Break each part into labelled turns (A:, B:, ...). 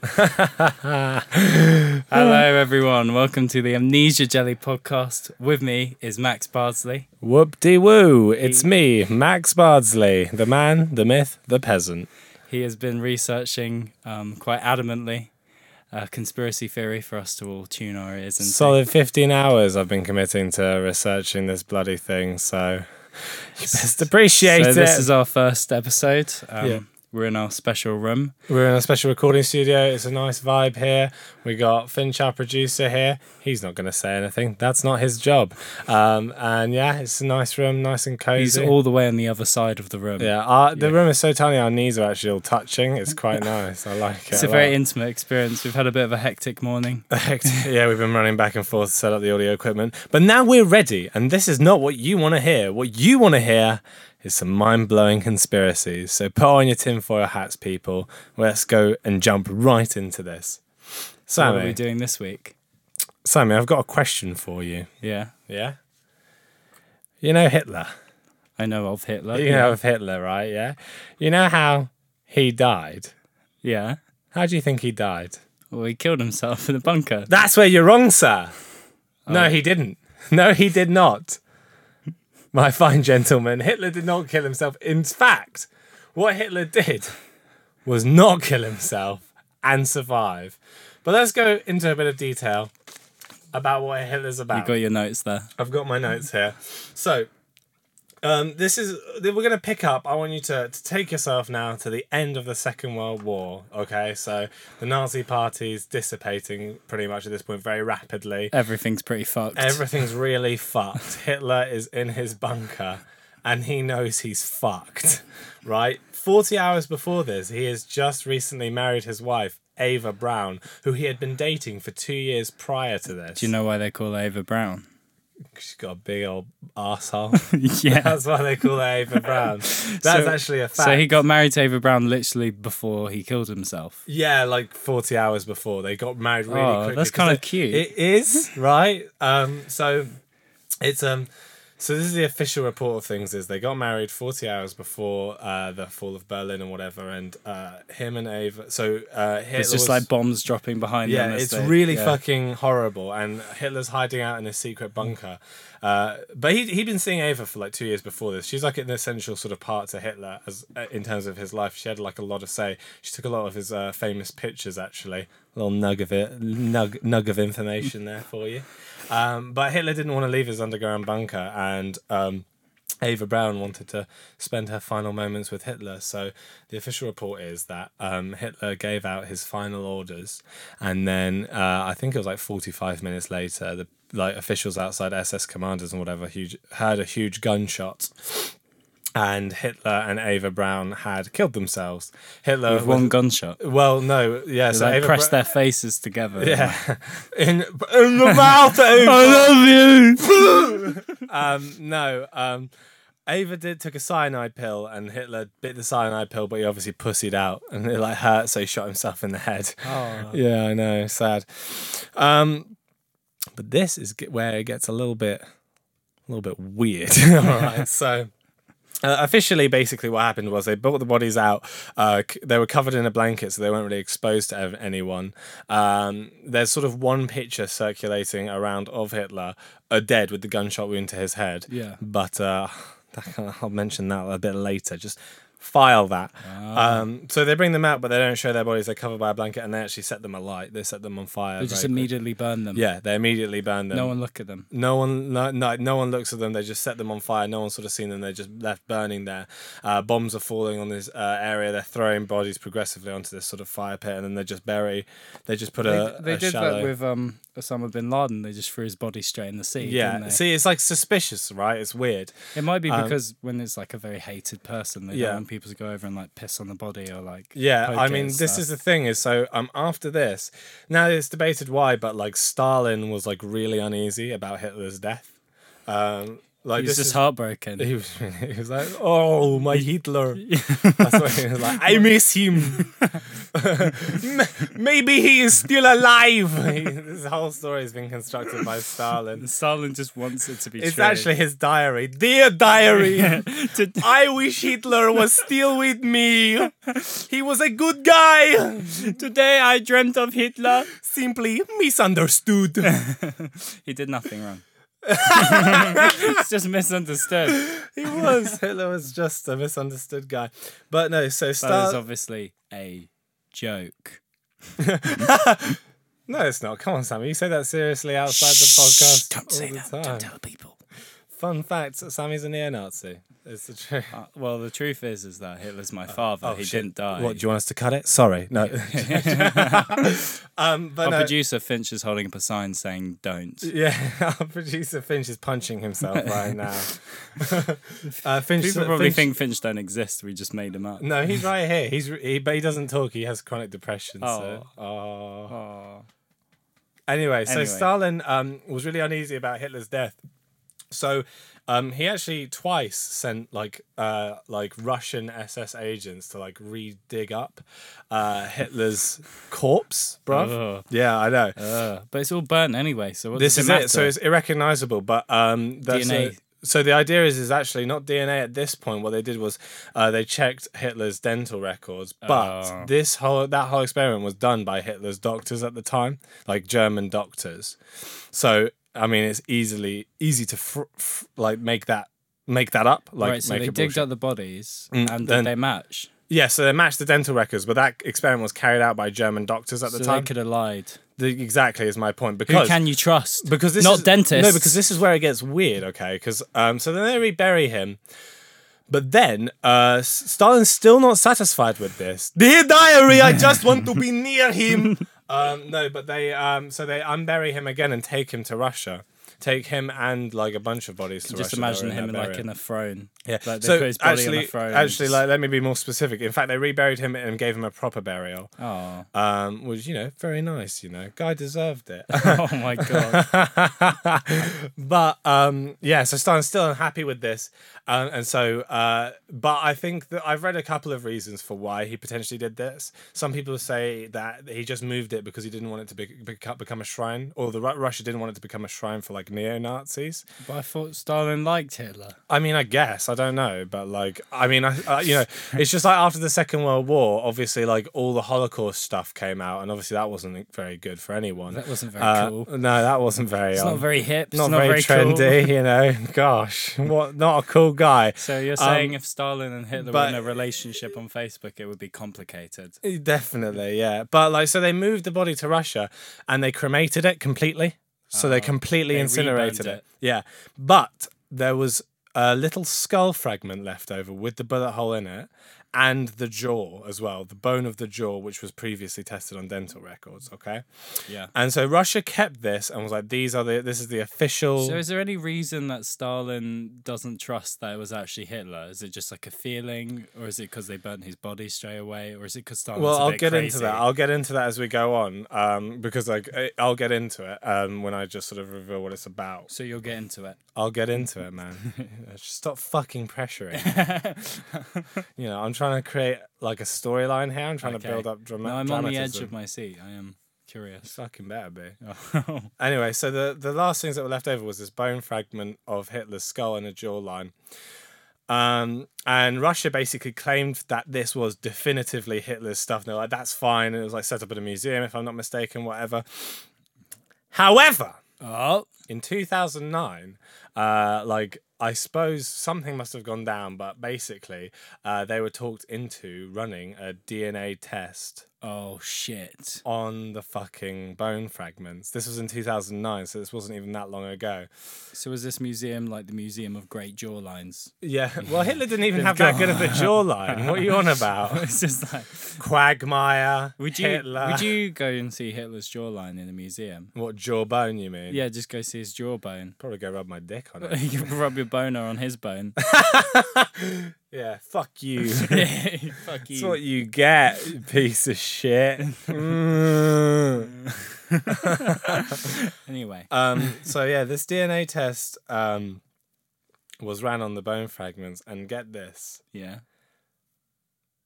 A: Hello, everyone. Welcome to the Amnesia Jelly podcast. With me is Max Bardsley.
B: Whoop de woo! It's me, Max Bardsley, the man, the myth, the peasant.
A: He has been researching um, quite adamantly a conspiracy theory for us to all tune our ears into.
B: Solid 15 hours I've been committing to researching this bloody thing, so you best appreciate
A: so
B: it.
A: this is our first episode. Um,
B: Yeah.
A: We're in our special room.
B: We're in a special recording studio. It's a nice vibe here. We got Finch, our producer, here. He's not going to say anything. That's not his job. Um, and yeah, it's a nice room, nice and cozy.
A: He's all the way on the other side of the room.
B: yeah, our, the
A: Yeah.
B: room is so tiny. Our knees are actually all touching. It's quite nice. I like it.
A: It's a
B: lot.
A: very intimate experience. We've had a bit of a hectic morning.
B: Hectic. yeah, we've been running back and forth to set up the audio equipment. But now we're ready, and this is not what you want to hear. What you want to hear is some mind blowing conspiracies. So put on your tinfoil hats, people. Let's go and jump right into this.
A: What are we
B: Sammy,
A: doing this week?
B: Sammy, I've got a question for you.
A: Yeah,
B: Yeah? You know Hitler.
A: I know of Hitler.
B: You know of Hitler, right? Yeah? You know how he died?
A: yeah.
B: How do you think he died?
A: Well, he killed himself in a bunker.
B: That's where you're wrong, sir. No,
A: Oh.
B: he didn't. No, he did not. My fine gentleman, Hitler did not kill himself. In fact, what Hitler did was not kill himself and survive. But let's go into a bit of detail about what Hitler's
A: You
B: about.
A: got your notes there.
B: I've got my notes here. So, um, this is we're going to pick up. I want you to, to take yourself now to the end of the Second World War. Okay, so the Nazi Party's dissipating pretty much at this point very rapidly.
A: Everything's pretty fucked.
B: Everything's really fucked. Hitler is in his bunker and he knows he's fucked, right? 40 hours before this, he has just recently married his wife, Ava Brown, who he had been dating for two years prior to this.
A: Do you know why they call her Ava Brown?
B: She's got a big old arsehole.
A: yeah.
B: That's why they call her Ava Brown. That's actually a fact.
A: So he got married to Ava Brown literally before he killed himself.
B: yeah, like 40 hours before. They got married really
A: Oh,
B: quickly.
A: that's kinda
B: 'cause it-
A: cute.
B: It is, right? Um, so it's um so this is the official report of things is they got married 40 hours before uh, the fall of Berlin and whatever and uh, him and Ava so uh, Hitler
A: It's just
B: was-
A: like bombs dropping behind them.
B: yeah,
A: as
B: it's
A: they-
B: really
A: yeah.
B: fucking horrible. And Hitler's hiding out in a secret bunker. Uh, but he he'd been seeing Ava for like two years before this. She's like an essential sort of part to Hitler as uh, in terms of his life. She had like a lot of say. She took a lot of his uh, famous pictures actually. A little nug of it, nug nug of information there for you. Um, but Hitler didn't want to leave his underground bunker, and um, Ava Brown wanted to spend her final moments with Hitler. So the official report is that um, Hitler gave out his final orders, and then uh, I think it was like forty-five minutes later, the like officials outside SS commanders and whatever huge heard a huge gunshot. And Hitler and Ava Brown had killed themselves. Hitler,
A: With one gunshot.
B: well, no, yeah. So
A: they
B: Ava
A: pressed
B: Bra-
A: their Oh, faces together.
B: yeah, in in the mouth, Ava.
A: I love you.
B: um, no, um, Ava did took a cyanide pill, and Hitler bit the cyanide pill, but he obviously pussied out, and it like hurt, so he shot himself in the head.
A: Oh.
B: Yeah, I know, sad. Um, but this is ge- where it gets a little bit, a little bit weird. All right, so. Uh, officially, basically, what happened was they brought the bodies out. Uh, c- they were covered in a blanket, so they weren't really exposed to ev- anyone. Um, there's sort of one picture circulating around of Hitler, uh, dead with the gunshot wound to his head.
A: Yeah.
B: But uh, that kind of- I'll mention that a bit later. Just file that.
A: Ah.
B: Um, so they bring them out, but they don't show their bodies. They're covered by a blanket, and they actually set them alight. They set them on fire.
A: They just
B: very quick-
A: immediately burned them.
B: Yeah, they immediately burn them.
A: No one look at them.
B: No one, no, no, no one looks at them. They just set them on fire. No one's sort of seen them. They're just left burning there. Uh, bombs are falling on this uh, area. They're throwing bodies progressively onto this sort of fire pit, and then they just bury. They just put a.
A: they
B: Uh, a
A: did
B: shallow...
A: that with um, Osama bin Laden. They just threw his body straight in the sea. didn't
B: Yeah,
A: they?
B: see, it's like suspicious, right? It's weird.
A: it might be because when it's like a very hated person, they
B: Um, Yeah.
A: don't want people to go over and like piss on the body or like.
B: Yeah,
A: poke
B: I
A: it
B: mean,
A: and
B: this
A: stuff.
B: is the thing is so um after this, now it's debated why, but like Stalin was like really uneasy about Hitler's death. Um, Like
A: He was
B: this
A: just
B: is,
A: heartbroken.
B: he was he was like, oh my Hitler. That's what he was like. I miss him. M- Maybe he is still alive. He- this whole story has been constructed by Stalin.
A: Stalin just wants it to be
B: It's
A: true.
B: actually his diary. Dear diary,
A: To-
B: I wish Hitler was still with me. He was a good guy,
A: Today I dreamt of Hitler.
B: simply misunderstood.
A: He did nothing wrong. it's just misunderstood.
B: he was. Hitler was just a misunderstood guy. But no, so
A: That is
B: Stalin.
A: obviously a joke.
B: No, it's not. Come on, Sammy. You say that seriously outside the podcast.
A: Don't say
B: all the
A: that.
B: time.
A: Don't tell people.
B: Fun fact Sammy's a neo Nazi. It's the truth.
A: Uh, well, the truth is, is that Hitler's my father. he
B: Uh, oh, shit.
A: didn't die.
B: What, do you want us to cut it? Sorry. No. um, but
A: Our
B: no,
A: producer Finch is holding up a sign saying "Don't."
B: Yeah, our producer Finch is punching himself right now. uh, Finch
A: People probably
B: Finch-
A: think Finch don't exist. We just made him up.
B: No, he's right here. He's re- he, but he doesn't talk. He has chronic depression. So, oh.
A: Aw.
B: Anyway, so
A: Anyway.
B: Stalin um, was really uneasy about Hitler's death. So um, he actually twice sent like uh, like Russian SS agents to like re-dig up uh, Hitler's corpse, bruv.
A: Ugh.
B: Yeah, I know.
A: Ugh. but it's all burnt anyway. So what
B: this
A: does
B: is
A: it matter?
B: it. So it's irrecognizable. But um, that's
A: DNA.
B: a- so the idea is, is actually not DNA at this point. What they did was uh, they checked Hitler's dental records, but
A: Oh.
B: this whole that whole experiment was done by Hitler's doctors at the time, like German doctors. So I mean, it's easily easy to fr- fr- like make that make that up. Like
A: right. So
B: make
A: they
B: it
A: digged
B: bullshit.
A: up the bodies, and
B: then-
A: did they match?
B: Yeah, so they matched the dental records, but that experiment was carried out by German doctors at the
A: so
B: time.
A: they could have lied.
B: The- exactly is my point
A: Who
B: because
A: can you trust?
B: because this
A: not
B: is,
A: dentists.
B: No, because this is where it gets weird. Okay, because um, so then they rebury him, but then uh, S- Stalin's still not satisfied with this. Dear diary, I just want to be near him. Um, no, but they um, so they unbury him again and take him to Russia. Take him and like a bunch of bodies to
A: just
B: Russia that were
A: imagine
B: in
A: him
B: that
A: like
B: burial.
A: in a throne.
B: Yeah.
A: Like they
B: so
A: put his body
B: actually,
A: on a throne. and
B: actually,
A: just-
B: like let me be more specific. In fact, they reburied him and gave him a proper burial,
A: Aw.
B: um, which you know, very nice. You know, guy deserved it.
A: oh my god.
B: but um yeah so Stalin's still unhappy with this um, and so uh but i think that i've read a couple of reasons for why he potentially did this some people say that he just moved it because he didn't want it to be, beco- become a shrine or the Ru- russia didn't want it to become a shrine for like neo-nazis
A: but I thought Stalin liked Hitler.
B: i mean i guess i don't know but like i mean i uh, you know it's just like after the second world war obviously like all the holocaust stuff came out and obviously that wasn't very good for anyone
A: That wasn't very
B: Uh,
A: cool.
B: no that wasn't very
A: It's
B: um,
A: not very hip. It's
B: not, very,
A: cool.
B: trendy, you know. Gosh, what? Not a cool guy.
A: So you're
B: Um,
A: saying if Stalin and Hitler were
B: but-
A: in a relationship on Facebook, it would be complicated.
B: Definitely, yeah. But like, so they moved the body to Russia, and they cremated it completely. So they completely
A: Ah, they reburned
B: incinerated it.
A: it.
B: Yeah, but there was a little skull fragment left over with the bullet hole in it. And the jaw as well, the bone of the jaw, which was previously tested on dental records. Okay,
A: Yeah.
B: and so Russia kept this and was like, "These are the this is the official."
A: So is there any reason that Stalin doesn't trust that it was actually Hitler? Is it just like a feeling, or is it because they burnt his body straight away, or is it because Stalin's
B: Well,
A: i
B: I'll get into that. I'll get into that as we go on, um, because like I- I'll get into it um, when I just sort of reveal what it's about.
A: so you'll get into it.
B: I'll get into it, man. Just Stop fucking pressuring. you know, I'm trying to create like a storyline here. I'm trying to
A: Okay.
B: build up drama.
A: No, I'm on the edge of my seat. I am curious.
B: Fucking better be.
A: Oh.
B: Anyway, so the, the last things that were left over was this bone fragment of Hitler's skull and a jawline. Um, and Russia basically claimed that this was definitively Hitler's stuff. And they're like, that's fine. And it was like set up at a museum, if I'm not mistaken, whatever. However,
A: oh.
B: in 2009 uh like i suppose something must have gone down but basically uh they were talked into running a dna test
A: Oh shit.
B: on the fucking bone fragments this was in 2009 so this wasn't even that long ago
A: So is this museum like the Museum of Great Jawlines?
B: yeah well hitler didn't even have that good of a jawline what are you on about
A: It's just like
B: quagmire
A: would you
B: hitler
A: would you go and see Hitler's jawline in a museum?
B: what jawbone you mean
A: Yeah, just go see his jawbone.
B: probably go rub my dick on it
A: you could rub your boner on his bone.
B: yeah fuck you
A: Fuck
B: That's
A: you.
B: what you get, you piece of shit. Mm.
A: Anyway,
B: um, so yeah, this DNA test um, was ran on the bone fragments, and get this:
A: Yeah.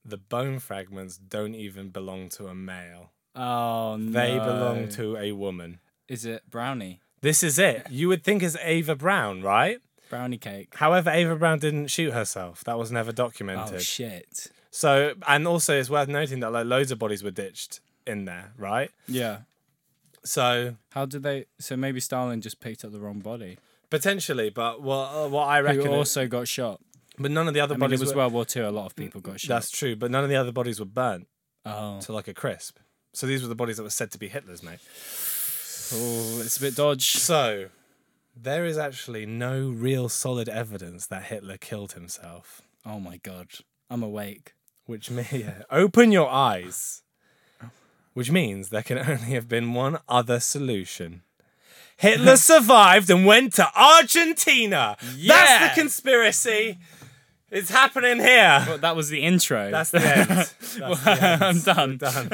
B: the bone fragments don't even belong to a male.
A: Oh no.
B: They belong to a woman.
A: Is it brownie?
B: This is it. You would think it's Ava Brown, right?
A: Brownie cake.
B: However, Ava Brown didn't shoot herself. That was never
A: Oh
B: documented.
A: shit.
B: so, and also it's worth noting that like loads of bodies were ditched in there, right?
A: Yeah.
B: So
A: How did they? So maybe Stalin just picked up the wrong body.
B: potentially, but what uh, what I
A: Who
B: reckon,
A: also got shot.
B: but none of the other
A: I mean, it
B: bodies
A: was
B: were. Mm,
A: World War Two. A lot of people got shot.
B: That's true, but none of the other bodies were burnt
A: Oh.
B: to like a crisp. So these were the bodies that were said to be Hitler's, mate.
A: oh, it's a bit dodge.
B: So there is actually no real solid evidence that Hitler killed himself.
A: Oh my god, I'm awake.
B: Which may yeah. open your eyes. Which means there can only have been one other solution. Hitler survived and went to Argentina.
A: Yeah.
B: That's the conspiracy. It's happening here.
A: But that was the intro.
B: That's the end. That's the end.
A: I'm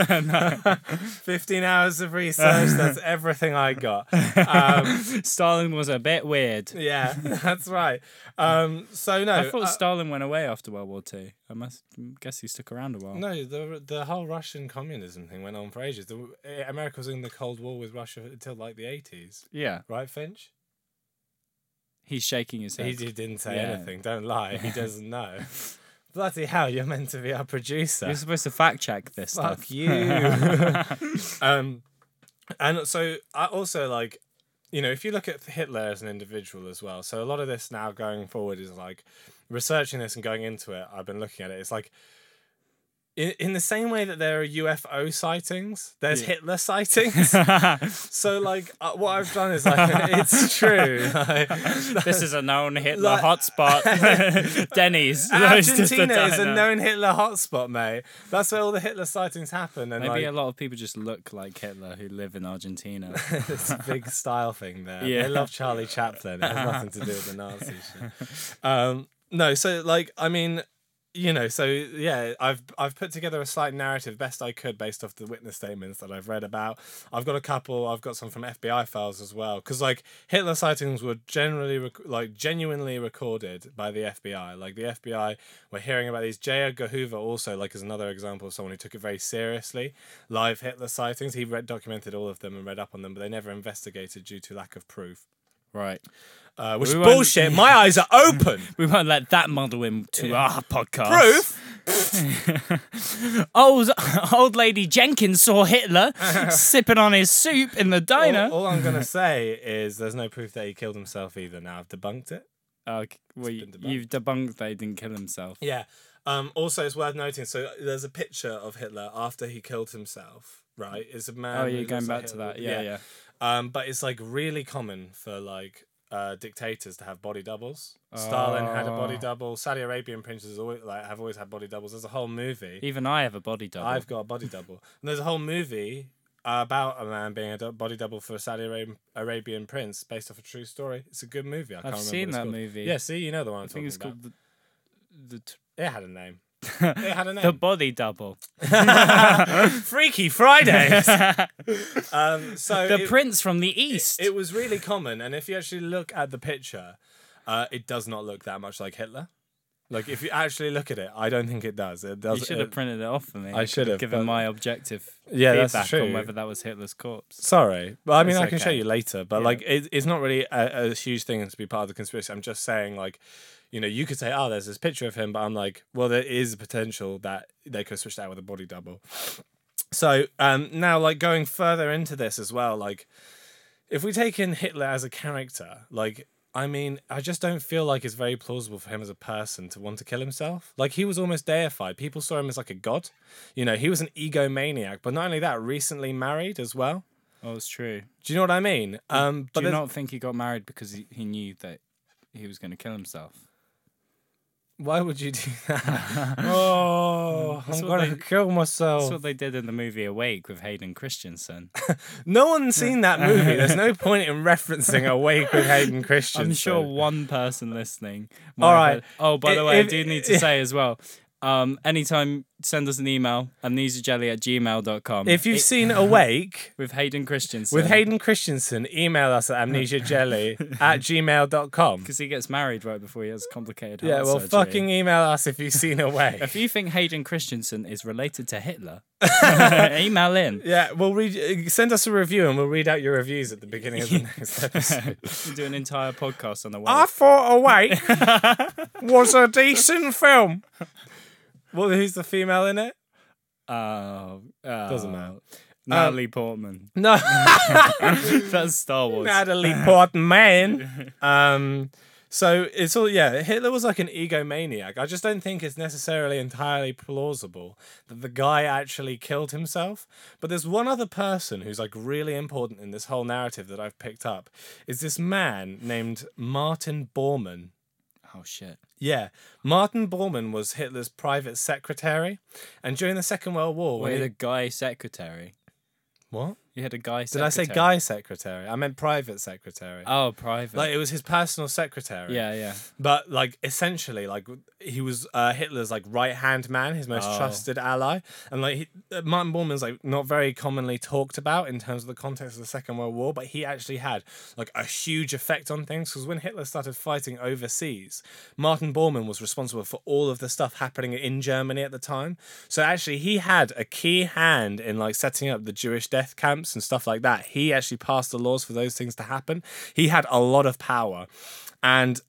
A: done.
B: Done. 15 hours of research. That's everything I got. Um,
A: Stalin was a bit weird.
B: yeah, that's right. Um, so, no.
A: I thought
B: uh,
A: Stalin went away after World War Two. I must guess he stuck around a while.
B: No, the the whole Russian communism thing went on for ages. The, eh, America was in the Cold War with Russia until like the eighties,
A: Yeah,
B: right, Finch?
A: he's shaking his head.
B: He, he didn't say
A: Yeah.
B: anything. Don't lie. He doesn't know. Bloody hell! You're meant to be our producer.
A: You're supposed to fact check this
B: Fuck
A: stuff.
B: you. um, and so I also like, you know, if you look at Hitler as an individual as well. So a lot of this now going forward is like researching this and going into it. I've been looking at it. It's like. In, in the same way that there are UFO sightings, there's Hitler sightings. so, like, uh, what I've done is, like, it's true. Like,
A: this is a known Hitler
B: Like-
A: hotspot. Denny's. It's just a
B: Argentina is a
A: diner.
B: known Hitler hotspot, mate. That's where all the Hitler sightings happen. And
A: Maybe
B: like,
A: a lot of people just look like Hitler who live in Argentina.
B: it's a big style thing there.
A: Yeah.
B: They love Charlie Chaplin. It has nothing to do with the Nazi shit. Um, no, so like I mean, you know, so yeah, I've I've put together a slight narrative best I could based off the witness statements that I've read about. I've got a couple. I've got some from FBI files as well, because like Hitler sightings were generally rec- like genuinely recorded by the FBI. Like the FBI were hearing about these. J. Edgar Hoover also like is another example of someone who took it very seriously. Live Hitler sightings. He read documented all of them and read up on them, but they never investigated due to lack of proof.
A: right.
B: Uh, which
A: We
B: is
A: won't-
B: bullshit. My eyes are open.
A: We won't let that muddle him to our podcast.
B: proof.
A: Old, old lady Jenkins saw Hitler sipping on his soup in the
B: All,
A: diner.
B: all I'm gonna say is there's no proof that he killed himself either. Now I've debunked it.
A: Oh, c- well,
B: It's been debunked.
A: you've debunked that he didn't kill himself.
B: Yeah. Um, also, it's worth noting. So there's a picture of Hitler after he killed himself. Right, it's a man.
A: Oh,
B: who
A: you're
B: looks
A: going
B: like
A: back to
B: Hitler.
A: that. Yeah, yeah.
B: Um, but it's like really common for like uh, dictators to have body doubles. Stalin had a body
A: Oh.
B: double. Saudi Arabian princes always, like have always had body doubles. There's a whole movie.
A: Even I have a body double.
B: I've got a body double. And there's a whole movie about a man being a du- body double for a Saudi Arabian, Arabian prince based off a true story. It's a good movie. I can't remember
A: seen
B: what it's
A: that
B: called.
A: movie.
B: Yeah, see, you know the one I'm
A: I think
B: talking
A: it's
B: about.
A: called the, the, t-
B: It had a name. it had a name.
A: the body double.
B: Freaky Fridays. um, so
A: The
B: it-
A: prince from the east.
B: It was really common, and if you actually look at the picture, uh, it does not look that much like Hitler. Like if you actually look at it, I don't think it does. It does.
A: you should
B: it-
A: have printed it off for me.
B: uh, I should have,
A: given
B: but-
A: my objective
B: Yeah, that's
A: feedback on
B: true.
A: whether that was Hitler's corpse.
B: Sorry, but I mean,
A: It's
B: I can show
A: okay.
B: you later. But like, it, it's not really a, a huge thing to be part of the conspiracy. I'm just saying, like, you know, you could say, "Oh, there's this picture of him," but I'm like, well, there is a potential that they could switch that with a body double. So um, now, like, going further into this as well, like, if we take in Hitler as a character, like. I mean, I just don't feel like it's very plausible for him as a person to want to kill himself. Like he was almost deified. People saw him as like a god. You know, he was an egomaniac, but not only that, recently married as well.
A: Oh, it's true.
B: Do you know what I mean? Um,
A: Do
B: but
A: you
B: there's-
A: not think he got married because he, he knew that he was going to kill himself?
B: why would you do that? oh,
A: That's
B: I'm
A: what
B: gonna
A: they-
B: kill
A: That's
B: myself.
A: what they did in the movie Awake with Hayden Christensen.
B: No one's seen that movie. There's no point in referencing Awake with Hayden Christian.
A: I'm sure one person listening.
B: All right.
A: Oh, by the
B: I-
A: way,
B: if-
A: I do need to say as well. Um, anytime, send us an email, amnesiajelly at gmail.com.
B: If you've seen Awake
A: with Hayden Christensen.
B: with Hayden Christensen, email us at amnesiajelly at gmail.com.
A: Because he gets married right before he has complicated heart
B: Yeah, well,
A: surgery.
B: fucking email us if you've seen Awake.
A: If you think Hayden Christensen is related to Hitler, email in.
B: Yeah, we'll read. uh, Send us a review, and we'll read out your reviews at the beginning of the next episode.
A: We'll do an entire podcast on the
B: I
A: way.
B: thought Awake was a decent film. Well, who's the female in it?
A: Oh, oh,
B: Doesn't matter. Um,
A: Natalie Portman.
B: No,
A: That's Star Wars.
B: Natalie Portman. Um, so it's all yeah. Hitler was like an egomaniac. I just don't think it's necessarily entirely plausible that the guy actually killed himself. But there's one other person who's like really important in this whole narrative that I've picked up. Is this man named Martin Bormann?
A: oh shit.
B: Yeah, Martin Bormann was Hitler's private secretary, and during the Second World War, when
A: Wait,
B: he-
A: a guy secretary.
B: what
A: You had a guy.
B: did
A: Secretary.
B: I say? Guy secretary? I meant private secretary.
A: Oh, private.
B: like it was his personal secretary.
A: yeah, yeah.
B: but like essentially like he was uh, hitler's like right hand man his most
A: Oh.
B: trusted ally and like he, uh, martin bormann's like not very commonly talked about in terms of the context of the second world war but he actually had like a huge effect on things because when hitler started fighting overseas martin bormann was responsible for all of the stuff happening in germany at the time so actually he had a key hand in like setting up the jewish death camps and stuff like that he actually passed the laws for those things to happen he had a lot of power and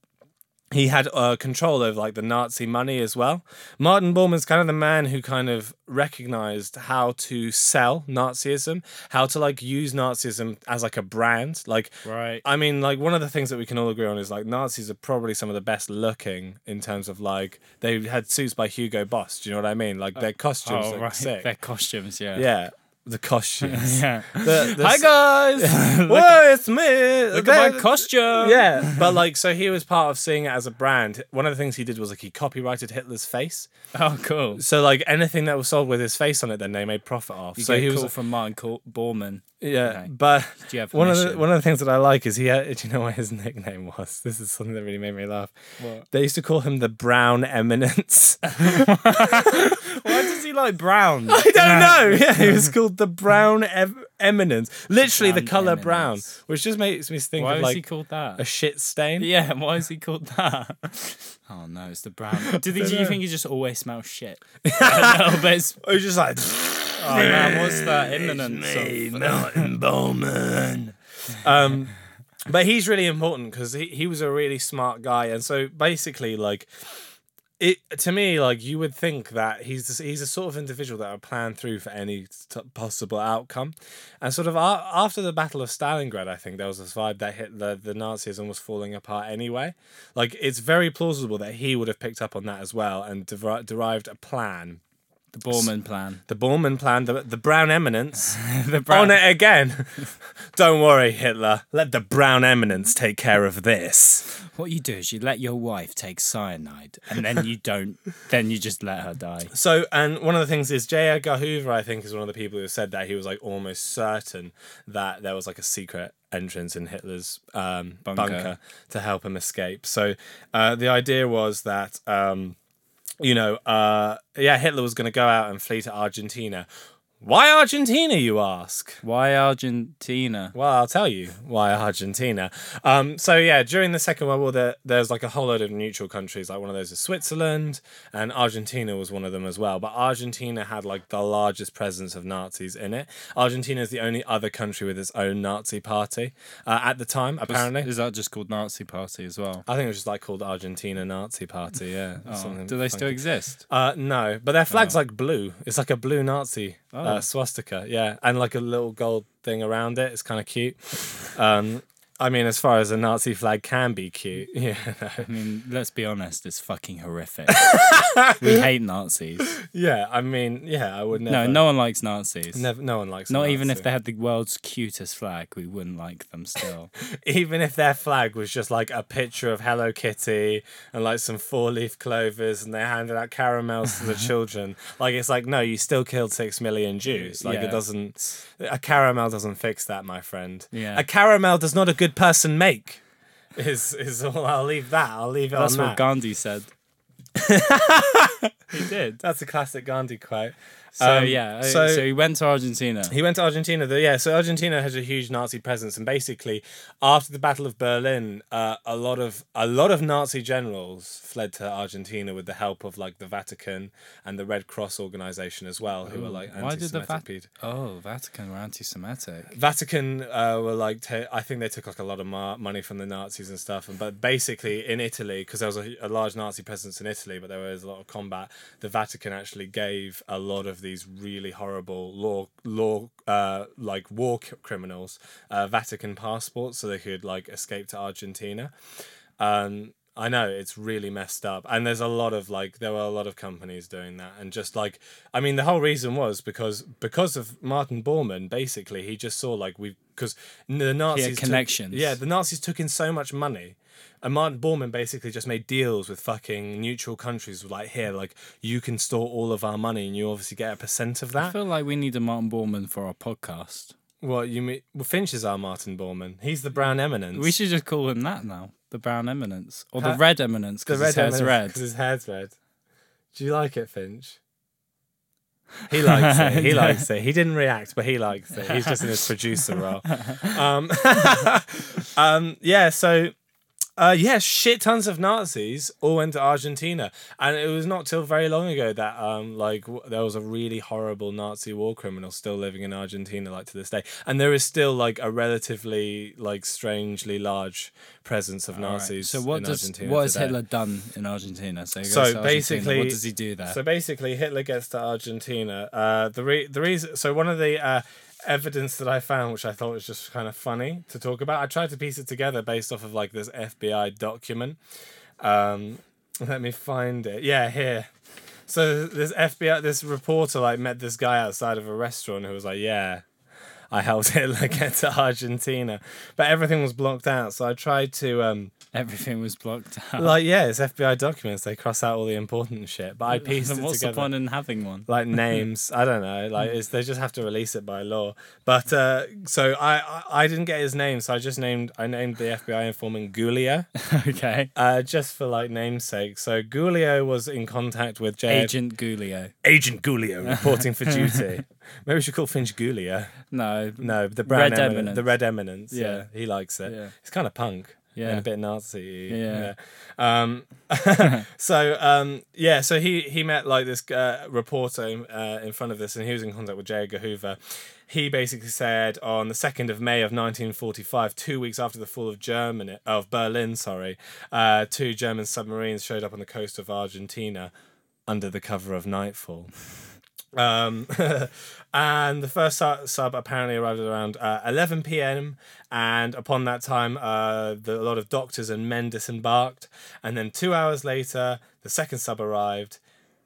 B: he had uh, control over like the Nazi money as well. Martin Bormann's kind of the man who kind of recognized how to sell Nazism, how to like use Nazism as like a brand. Like,
A: Right.
B: I mean, like one of the things that we can all agree on is like Nazis are probably some of the best looking in terms of like they had suits by Hugo Boss. Do you know what I mean? Like their costumes
A: Oh,
B: look
A: right.
B: sick.
A: Their costumes. Yeah.
B: yeah, the costumes.
A: Yeah.
B: The- the
A: Hi
B: s-
A: guys. look,
B: Whoa, it's me.
A: look at my costume.
B: Yeah, but like, so he was part of seeing it as a brand. One of the things he did was like he copyrighted Hitler's face.
A: Oh, cool.
B: So like anything that was sold with his face on it, then they made profit off.
A: You
B: so
A: get
B: he
A: a
B: was
A: call from Martin Cor- Borman.
B: yeah,
A: Okay.
B: but
A: Do you have
B: one of the
A: permission?
B: one of the things that I like is he. Had, do you know what his nickname was? This is something that really made me laugh.
A: What?
B: They used to call him the Brown Eminence.
A: Why does he like brown?
B: I don't know. Yeah, he was called the Brown Ev- Eminence. Literally the
A: Brown
B: color brown,
A: Eminence.
B: which just makes me think
A: Why
B: of
A: is
B: like
A: he called
B: a
A: that?
B: shit stain.
A: Yeah, why is he called that? Oh no, it's the brown. Do, they, do you think he just always smells shit? a little bit. It's-
B: It was just like.
A: Oh man, what's that imminence? Of, uh,
B: Martin Bowman. um, but he's really important because he, he was a really smart guy, and so basically, like. It, to me, like you would think that he's the, he's a sort of individual that would plan through for any t- possible outcome, and sort of a- after the Battle of Stalingrad, I think there was this vibe that Hitler, the Nazism was falling apart anyway. Like it's very plausible that he would have picked up on that as well and deri- derived a plan,
A: the Borman plan.
B: the Bormann plan, the the Brown Eminence,
A: The brown.
B: on it again. Don't worry, Hitler. Let the brown eminence take care of this.
A: What you do is you let your wife take cyanide, and then you don't. then you just let her die.
B: So, and one of the things is J. Edgar Hoover, I think, is one of the people who said that he was like almost certain that there was like a secret entrance in Hitler's um, bunker.
A: Bunker.
B: to help him escape. So, uh, the idea was that. Um, you know, uh, yeah, Hitler was going to go out and flee to Argentina. Why Argentina, you ask?
A: Why Argentina?
B: Well, I'll tell you why Argentina. Um, so yeah, during the Second World War, there, there's like a whole load of neutral countries. Like one of those is Switzerland, and Argentina was one of them as well. But Argentina had like the largest presence of Nazis in it. Argentina is the only other country with its own Nazi party uh, at the time. Apparently,
A: Is that just called Nazi Party as well?
B: I think it was just like called Argentina Nazi Party. Yeah. something
A: Oh, Do they
B: funky.
A: still exist?
B: Uh, no, but their flag's
A: Oh.
B: like blue. It's like a blue Nazi uh, swastika, yeah, and like a little gold thing around it. It's kind of cute. Um, I mean, as far as a Nazi flag can be cute, yeah, no.
A: I mean, let's be honest, it's fucking horrific. we hate Nazis.
B: yeah. I mean, yeah, I would
A: No,
B: never.
A: no one likes Nazis.
B: never, no one likes. a
A: Not even if
B: Nazi.
A: they had the world's cutest flag, we wouldn't like them still.
B: even if their flag was just like a picture of Hello Kitty and like some four leaf clovers and they handed out caramels to the children. Like it's like, no, you still killed six million Jews. Like
A: Yeah.
B: it doesn't a caramel doesn't fix that, my friend.
A: Yeah.
B: A caramel does not a good person make. Is is all I'll leave that. I'll leave it
A: That's
B: on
A: what
B: that.
A: Oh, Gandhi said. He did.
B: That's a classic Gandhi quote.
A: So
B: Um,
A: yeah, so,
B: so-
A: so he went to Argentina.
B: He went to Argentina. The, yeah, so Argentina has a huge Nazi presence, and basically, after the Battle of Berlin, uh, a lot of a lot of Nazi generals fled to Argentina with the help of like the Vatican and the Red Cross organization as well, who were like
A: Why did the
B: anti-Semitic.
A: Vat-
B: peo-
A: Oh, Vatican were anti-Semitic.
B: Vatican uh, were like, ta I think they took like a lot of mar- money from the Nazis and stuff. And but basically in Italy, because there was a, a large Nazi presence in Italy, but there was a lot of combat. The Vatican actually gave a lot of these really horrible law law uh, like war c- criminals uh, Vatican passports so they could like escape to Argentina. Um, I know it's really messed up, and there's a lot of like there were a lot of companies doing that, and just like I mean, the whole reason was because because of Martin Bormann. Basically, he just saw like we because the Nazis took-
A: connections.
B: yeah, the Nazis took in so much money. And Martin Bormann basically just made deals with fucking neutral countries, like here, like you can store all of our money, and you obviously get a percent of
A: I
B: that.
A: feel like we need a Martin Borman for our podcast.
B: Well, you mean well, Finch is our Martin Bormann. He's the brown eminence.
A: We should just call him that now. The brown eminence or the
B: Huh?
A: red eminence because his hair's red.
B: because his hair's red. Do you like it, Finch? He likes it. He likes it. He didn't react, but he likes it. He's just in his producer role. Um, um, yeah. So. Uh, yeah, shit tons of Nazis all went to Argentina, and it was not till very long ago that um, like w- there was a really horrible Nazi war criminal still living in Argentina, like to this day, and there is still like a relatively like strangely large presence of
A: All right.
B: Nazis.
A: So what
B: in
A: does
B: Argentina
A: what has
B: today.
A: Hitler done in Argentina? So, he goes to
B: So
A: Argentina.
B: basically-
A: what does he do there?
B: So basically, Hitler gets to Argentina. Uh, the re- the reason. So one of the uh, evidence that I found, which I thought was just kind of funny to talk about, I tried to piece it together based off of like this FBI document. Um, let me find it. Yeah, here. So this FBI, this reporter, like met this guy outside of a restaurant who was like, "Yeah, I helped Hitler get to Argentina," but everything was blocked out. So I tried to. Um,
A: Everything was blocked out.
B: like yeah, it's FBI documents. They cross out all the important shit. But I pieced
A: Then
B: it
A: what's
B: together.
A: the point in having one?
B: Like names, I don't know. Like it's, they just have to release it by law. But uh, so I, I I didn't get his name, so I just named I named the FBI informant Gulia,
A: okay.
B: uh, just for like namesake. So Gulia was in contact with J.
A: Agent Gulio.
B: Agent Gulia reporting for duty. Maybe we should call Finch Gulia.
A: No.
B: No, the brown
A: Red
B: eminence,
A: Eminence.
B: the red eminence. Yeah.
A: Yeah.
B: he likes it.
A: Yeah.
B: It's kind of punk.
A: Yeah.
B: and a bit Nazi.
A: Yeah.
B: yeah. Um, so um, yeah, so he he met like this uh, reporter uh, in front of this, and he was in contact with J. Edgar Hoover. He basically said on the second of May of 1945, two weeks after the fall of Germany of Berlin, sorry, uh, two German submarines showed up on the coast of Argentina under the cover of nightfall. Um, and the first su- sub apparently arrived at around uh, 11 p.m. And upon that time, uh, the, a lot of doctors and men disembarked. And then two hours later, the second sub arrived,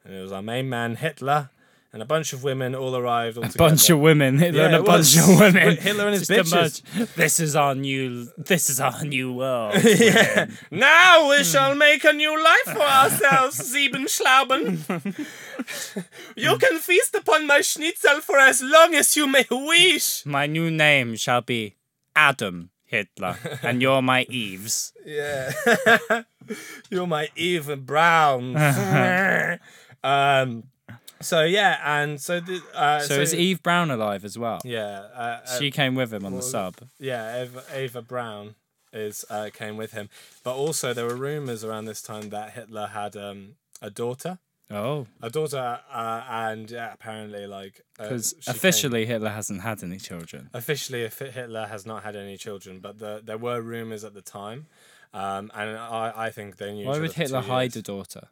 B: and it was our main man Hitler and a bunch of women all arrived. All
A: A bunch of women. Hitler
B: Yeah,
A: and a
B: it
A: bunch
B: was.
A: of women.
B: Hitler and his
A: Just a
B: bitches.
A: bunch. This is our new. This is our new world.
B: Yeah. Now
A: Hmm.
B: we shall make a new life for ourselves, Siebenschlauben. you can feast upon my schnitzel for as long as you may wish.
A: My new name shall be Adam Hitler, and you're my Eves.
B: Yeah. You're my even brown. um so yeah, and so the uh
A: So, is E- Eve Brown alive as well?
B: yeah, uh, uh,
A: She came with him on the sub.
B: yeah, Ava, Ava Brown is uh, came with him. But also there were rumors around this time that Hitler had um a daughter,
A: Oh,
B: a daughter uh, and yeah, apparently like uh,
A: because
B: she came-
A: officially Hitler hasn't had any children.
B: officially if Hitler has not had any children, but the, there were rumors at the time. Um, and I, I think they knew.
A: Why
B: each
A: would
B: other for
A: Hitler
B: two
A: hide
B: years.
A: a daughter?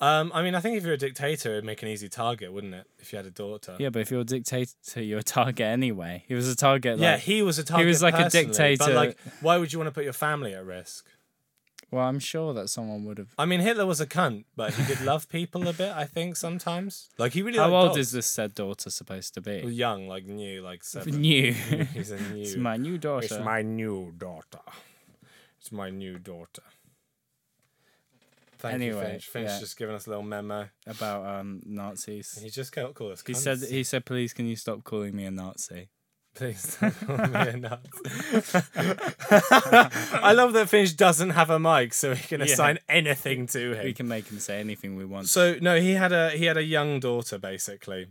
B: Um, I mean, I think if you're a dictator, it'd make an easy target, wouldn't it? If you had a daughter.
A: Yeah, but if you're a dictator, you're a target anyway. He was a target.
B: Yeah,
A: Like,
B: he was a target.
A: was like a
B: personally,
A: dictator.
B: But like, why would you want to put your family at risk?
A: Well, I'm sure that someone would have.
B: I mean, Hitler was a cunt, but he did love people a bit. I think sometimes, like he really.
A: How
B: liked
A: old
B: dogs.
A: is this said daughter supposed to be?
B: Young, like new, like seven.
A: New.
B: He's a new.
A: it's my new
B: It's
A: daughter.
B: my new daughter. It's my new daughter. Thank you,
A: Anyway,
B: Finch. Finch
A: yeah.
B: just giving us a little memo.
A: About um Nazis.
B: He just called call us.
A: He said
B: cunts.
A: he said, please can you stop calling me a Nazi?
B: Please don't call me a nut. I love that Finch doesn't have a mic, so we can
A: Yeah.
B: assign anything to him.
A: We can make him say anything we want.
B: So no, he had a he had a young daughter basically,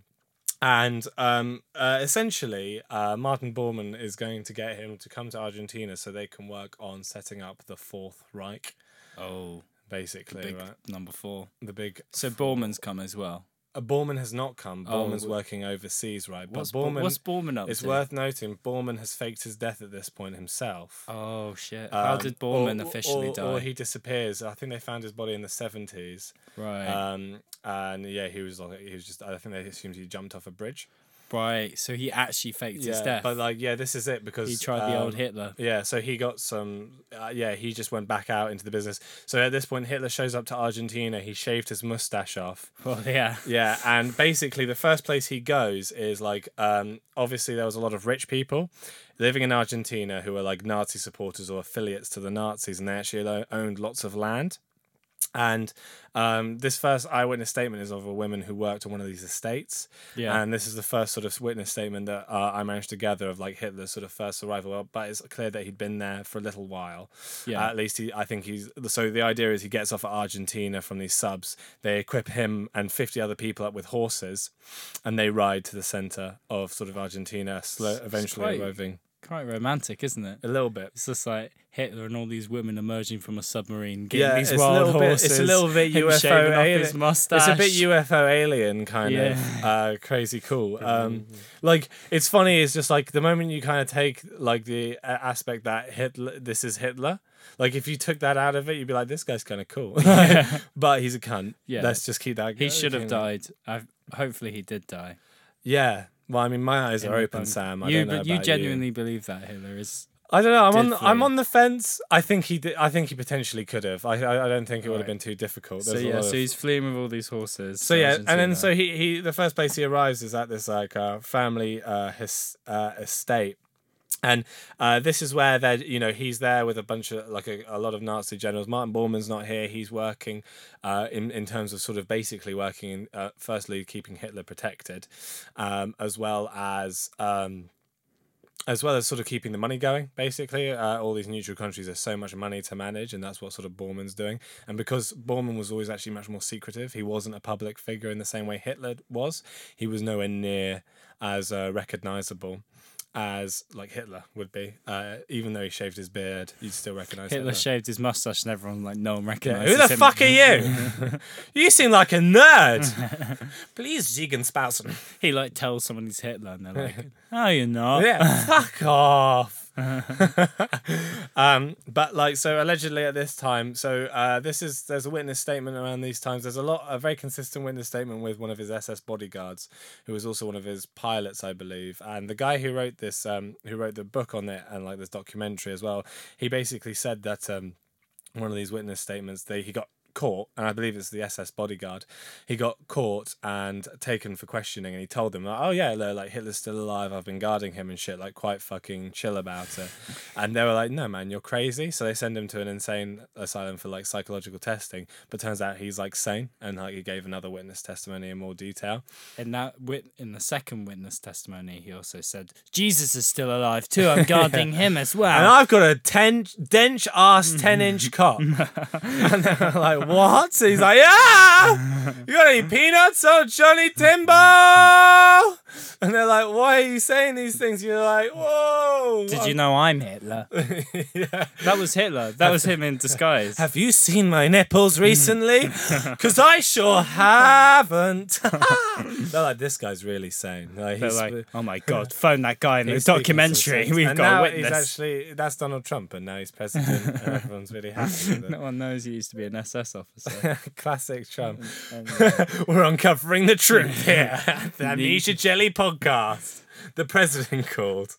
B: and um, uh, essentially uh, Martin Bormann is going to get him to come to Argentina so they can work on setting up the Fourth Reich.
A: oh,
B: Basically,
A: big
B: right?
A: number four.
B: The big
A: So Borman's come as well.
B: uh, Bormann has not come.
A: Oh,
B: Bormann's
A: wh-
B: working overseas, right? But
A: What's Borman, what's
B: Bormann.
A: Borman up
B: It's
A: to?
B: worth noting. Bormann has faked his death at this point himself.
A: Oh shit! How
B: Um,
A: did
B: or-
A: Borman
B: or-
A: officially
B: or,
A: die?
B: Or he disappears. I think they found his body in the seventies.
A: right,
B: Um, and yeah, he was like, he was just. I think they assumed he jumped off a bridge.
A: right. So he actually faked his death.
B: but like, yeah, this is it because
A: he tried the
B: um,
A: old Hitler.
B: Yeah, so he got some. Uh, yeah, he just went back out into the business. So at this point, Hitler shows up to Argentina. He shaved his mustache off.
A: Well, yeah.
B: Yeah, and basically the first place he goes is like um, obviously there was a lot of rich people living in Argentina who were like Nazi supporters or affiliates to the Nazis, and they actually lo- owned lots of land. And um, this first eyewitness statement is of a woman who worked on one of these estates.
A: Yeah.
B: And this is the first sort of witness statement that uh, I managed to gather of like Hitler's sort of first arrival. But it's clear that he'd been there for a little while.
A: Yeah.
B: At least he, I think he's. So the idea is he gets off at Argentina from these subs. They equip him and 50 other people up with horses and they ride to the center of sort of Argentina, slow, eventually
A: quite-
B: arriving.
A: Quite romantic, isn't it?
B: A little bit.
A: It's just like Hitler and all these women emerging from a submarine, getting these
B: it's a
A: wild
B: little bit-
A: horses.
B: it's a little bit
A: him
B: UFO
A: shaving off
B: alien.
A: his mustache.
B: It's a bit UFO alien kind of
A: Yeah.
B: uh, crazy cool. Um, like it's funny. It's just like the moment you kind of take like the uh, aspect that Hitler, this is Hitler. Like if you took that out of it, you'd be like, this guy's kind of cool, but he's a cunt.
A: Yeah.
B: let's just keep that.
A: He should have
B: thing-
A: died. I've, hopefully, he did die.
B: Yeah. Well, I mean, my eyes
A: in
B: are
A: the
B: open,
A: bunker.
B: Sam. I
A: you,
B: don't know
A: but you
B: about
A: genuinely believe that Hitler is.
B: I don't know. I'm on.
A: did
B: The, I'm
A: flee.
B: on the fence. I think he. Did, I think he potentially could have. I. I, I don't think it would have
A: Right.
B: been too difficult.
A: So
B: There's a
A: yeah,
B: lot
A: so
B: of-
A: he's fleeing with all these horses.
B: So
A: to
B: yeah, and uh, then
A: Argentina.
B: so he, he the first place he arrives is at this like uh, family uh, his uh, estate. And uh, this is where they you know he's there with a bunch of like a, a lot of Nazi generals. Martin Bormann's not here. He's working uh, in in terms of sort of basically working in uh, firstly keeping Hitler protected, um, as well as. Um, as well as sort of keeping the money going, basically, uh, all these neutral countries there's so much money to manage, and that's what sort of Bormann's doing. And because Bormann was always actually much more secretive, he wasn't a public figure in the same way Hitler was. He was nowhere near as uh, recognizable as like Hitler would be. Uh, even though he shaved his beard, you'd still recognize Hitler.
A: Hitler shaved his mustache, and everyone like no one
B: Yeah,
A: recognizes
B: Who the
A: him.
B: fuck are you? you seem like a nerd. Please, Ziegenspausen.
A: He like tells someone he's Hitler, and they're like, "No, you're not."
B: Yeah, fuck off. um, but like, so allegedly at this time, so uh, this is there's a witness statement around these times. There's a lot, a very consistent witness statement with one of his SS bodyguards, who was also one of his pilots, I believe. And the guy who wrote this, um, who wrote the book on it and like this documentary as well, he basically said that um, one of these witness statements, they he got caught, and I believe it's the SS bodyguard. He got caught and taken for questioning, and he told them, like, "Oh yeah, no, like Hitler's still alive. I've been guarding him and shit. Like quite fucking chill about it." and they were like, "No man, you're crazy." So they send him to an insane asylum for like psychological testing. But turns out he's like sane, and like he gave another witness testimony in more detail.
A: In that wit- in the second witness testimony, he also said, "Jesus is still alive too. I'm guarding him as well."
B: And I've got a ten dench ass
A: Mm.
B: ten inch cock. and they're like, what? So he's like, yeah. You got any peanuts, old Johnny Timbo? And they're like, why are you saying these things? You're like, whoa.
A: Did you know I'm Hitler?
B: yeah.
A: That was Hitler. That was him in disguise.
B: Have you seen my
A: Mm.
B: nipples recently? Because I sure haven't. They're like, this guy's really sane. Like,
A: They're
B: he's,
A: like, oh my god, phone that guy in the
B: He's speaking
A: documentary.
B: some sense.
A: We've
B: and
A: got
B: now
A: a
B: He's
A: witness.
B: actually that's Donald Trump, and now he's president, and everyone's really happy. With it.
A: No one knows he used to be an SS officer.
B: Classic Trump.
A: Mm,
B: We're uncovering the truth here at the Amnesia Jelly podcast. The president called.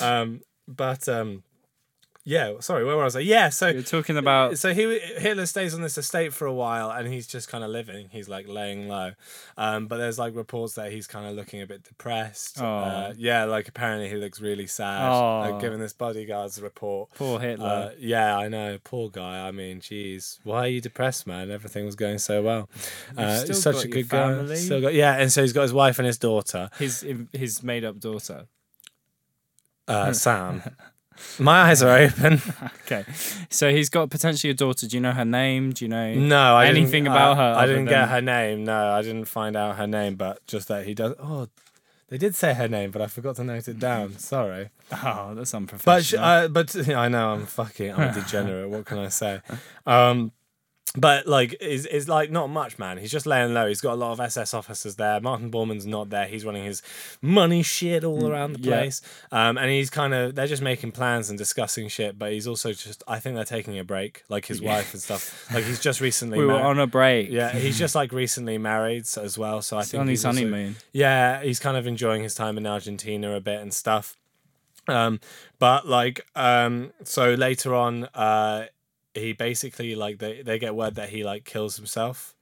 B: Um, but um, yeah, sorry, where was I? Yeah, so
A: You're talking about
B: so he Hitler stays on this estate for a while, and he's just kind of living. He's like laying low, um, but there's like reports that he's kind of looking a bit depressed. Uh,
A: Aw.
B: yeah, like apparently he looks really sad.
A: Aw.
B: Like, given this bodyguard's report,
A: poor Hitler.
B: uh, yeah, I know. Poor guy. I mean, jeez, why are you depressed, man? Everything was going so well. Uh,
A: still
B: he's such
A: got
B: a
A: your
B: good guy.
A: family. uh,
B: Still got yeah, and so he's got his wife and his daughter.
A: his his made up daughter. Hmm.
B: uh, Sam. My eyes are open.
A: Okay. So he's got potentially a daughter. Do you know her name? Do you know
B: No, I didn't-
A: anything about
B: I-
A: her?
B: I
A: other
B: didn't get
A: than-
B: her name. No, I didn't find out her name, but just that he does. Oh, they did say her name, but I forgot to note it down. Sorry.
A: Oh, that's unprofessional.
B: But she, uh, but yeah, I know I'm fucking I'm a degenerate. what can I say? Um, but like, is is like not much, man. He's just laying low. He's got a lot of SS officers there. Martin Borman's not there. He's running his money shit all around the
A: Mm, yeah.
B: place. Um, and he's kind of they're just making plans and discussing shit. But he's also just I think they're taking a break, like his wife and stuff. Like he's just recently.
A: we were
B: married.
A: on a break.
B: yeah, he's just like recently married so- as well. So I think
A: on his
B: he's also-
A: honeymoon.
B: yeah, he's kind of enjoying his time in Argentina a bit and stuff. Um, but like, um, so later on, uh, he basically like they, they get word that he like kills himself.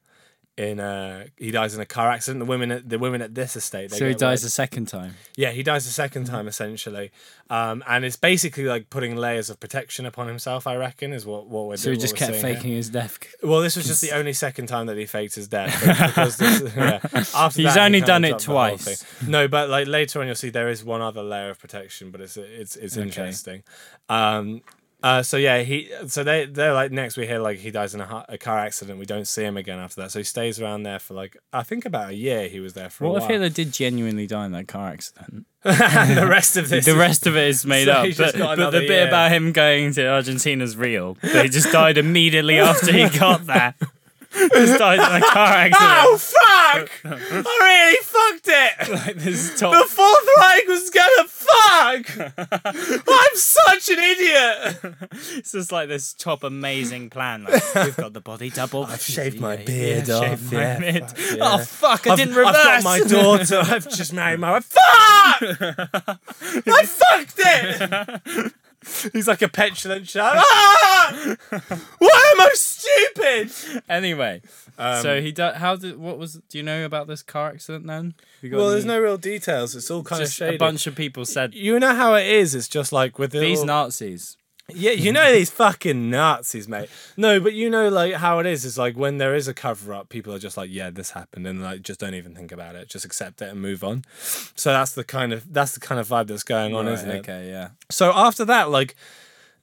B: In a he dies in a car accident. The women at the women at this estate. They
A: so he
B: get word-
A: dies a Mm-hmm. second time.
B: yeah, he dies a second time essentially, um, and it's basically like putting layers of protection upon himself. I reckon is what what we're
A: So
B: doing.
A: he just
B: what we're
A: kept
B: seeing here.
A: faking his death.
B: Well, this was just the only second time that he faked his death. but because this- yeah. After
A: He's
B: that, he
A: only
B: kinda
A: done it
B: dropped the whole
A: twice.
B: thing. No, but like later on, you'll see there is one other layer of protection, but it's it's it's interesting. Um, uh, so yeah, he so they they're like next we hear like he dies in a, ha- a car accident. We don't see him again after that. So he stays around there for like I think about a year. He was there for
A: What
B: a
A: if
B: while.
A: Hitler did genuinely die in that car accident?
B: and the rest of this,
A: The rest of it is made
B: So
A: up,
B: he's
A: but,
B: just got
A: but the
B: another
A: bit
B: year.
A: about him going to Argentina's real. But he just died immediately after he got there. just died in a car
B: oh
A: accident.
B: fuck! I really fucked it.
A: Like this top
B: The Fourth Reich was gonna fuck. I'm such an idiot.
A: It's just like this top amazing plan. Like, we've got the body double. I've
B: shaved my beard off, yeah, fuck, yeah.
A: Oh fuck! I didn't reverse.
B: I've got my daughter. I've just married my wife. Fuck! I fucked it. He's like a petulant child. Ah! Why am I stupid?
A: anyway, so he. Do- how did? What was? Do you know about this car accident then? You got
B: Well, there's
A: any-
B: no real details. It's all kind
A: Just
B: of shady.
A: a bunch of people said
B: You know how it is. It's just like with the
A: these
B: all-
A: Nazis.
B: Yeah, you know these fucking Nazis, mate. No, but you know like how it is. It's like when there is a cover up, people are just like, yeah, this happened, and like just don't even think about it, just accept it and move on. So that's the kind of that's the kind of vibe that's going on,
A: Right,
B: isn't it?
A: Oh, okay, yeah.
B: So after that, like,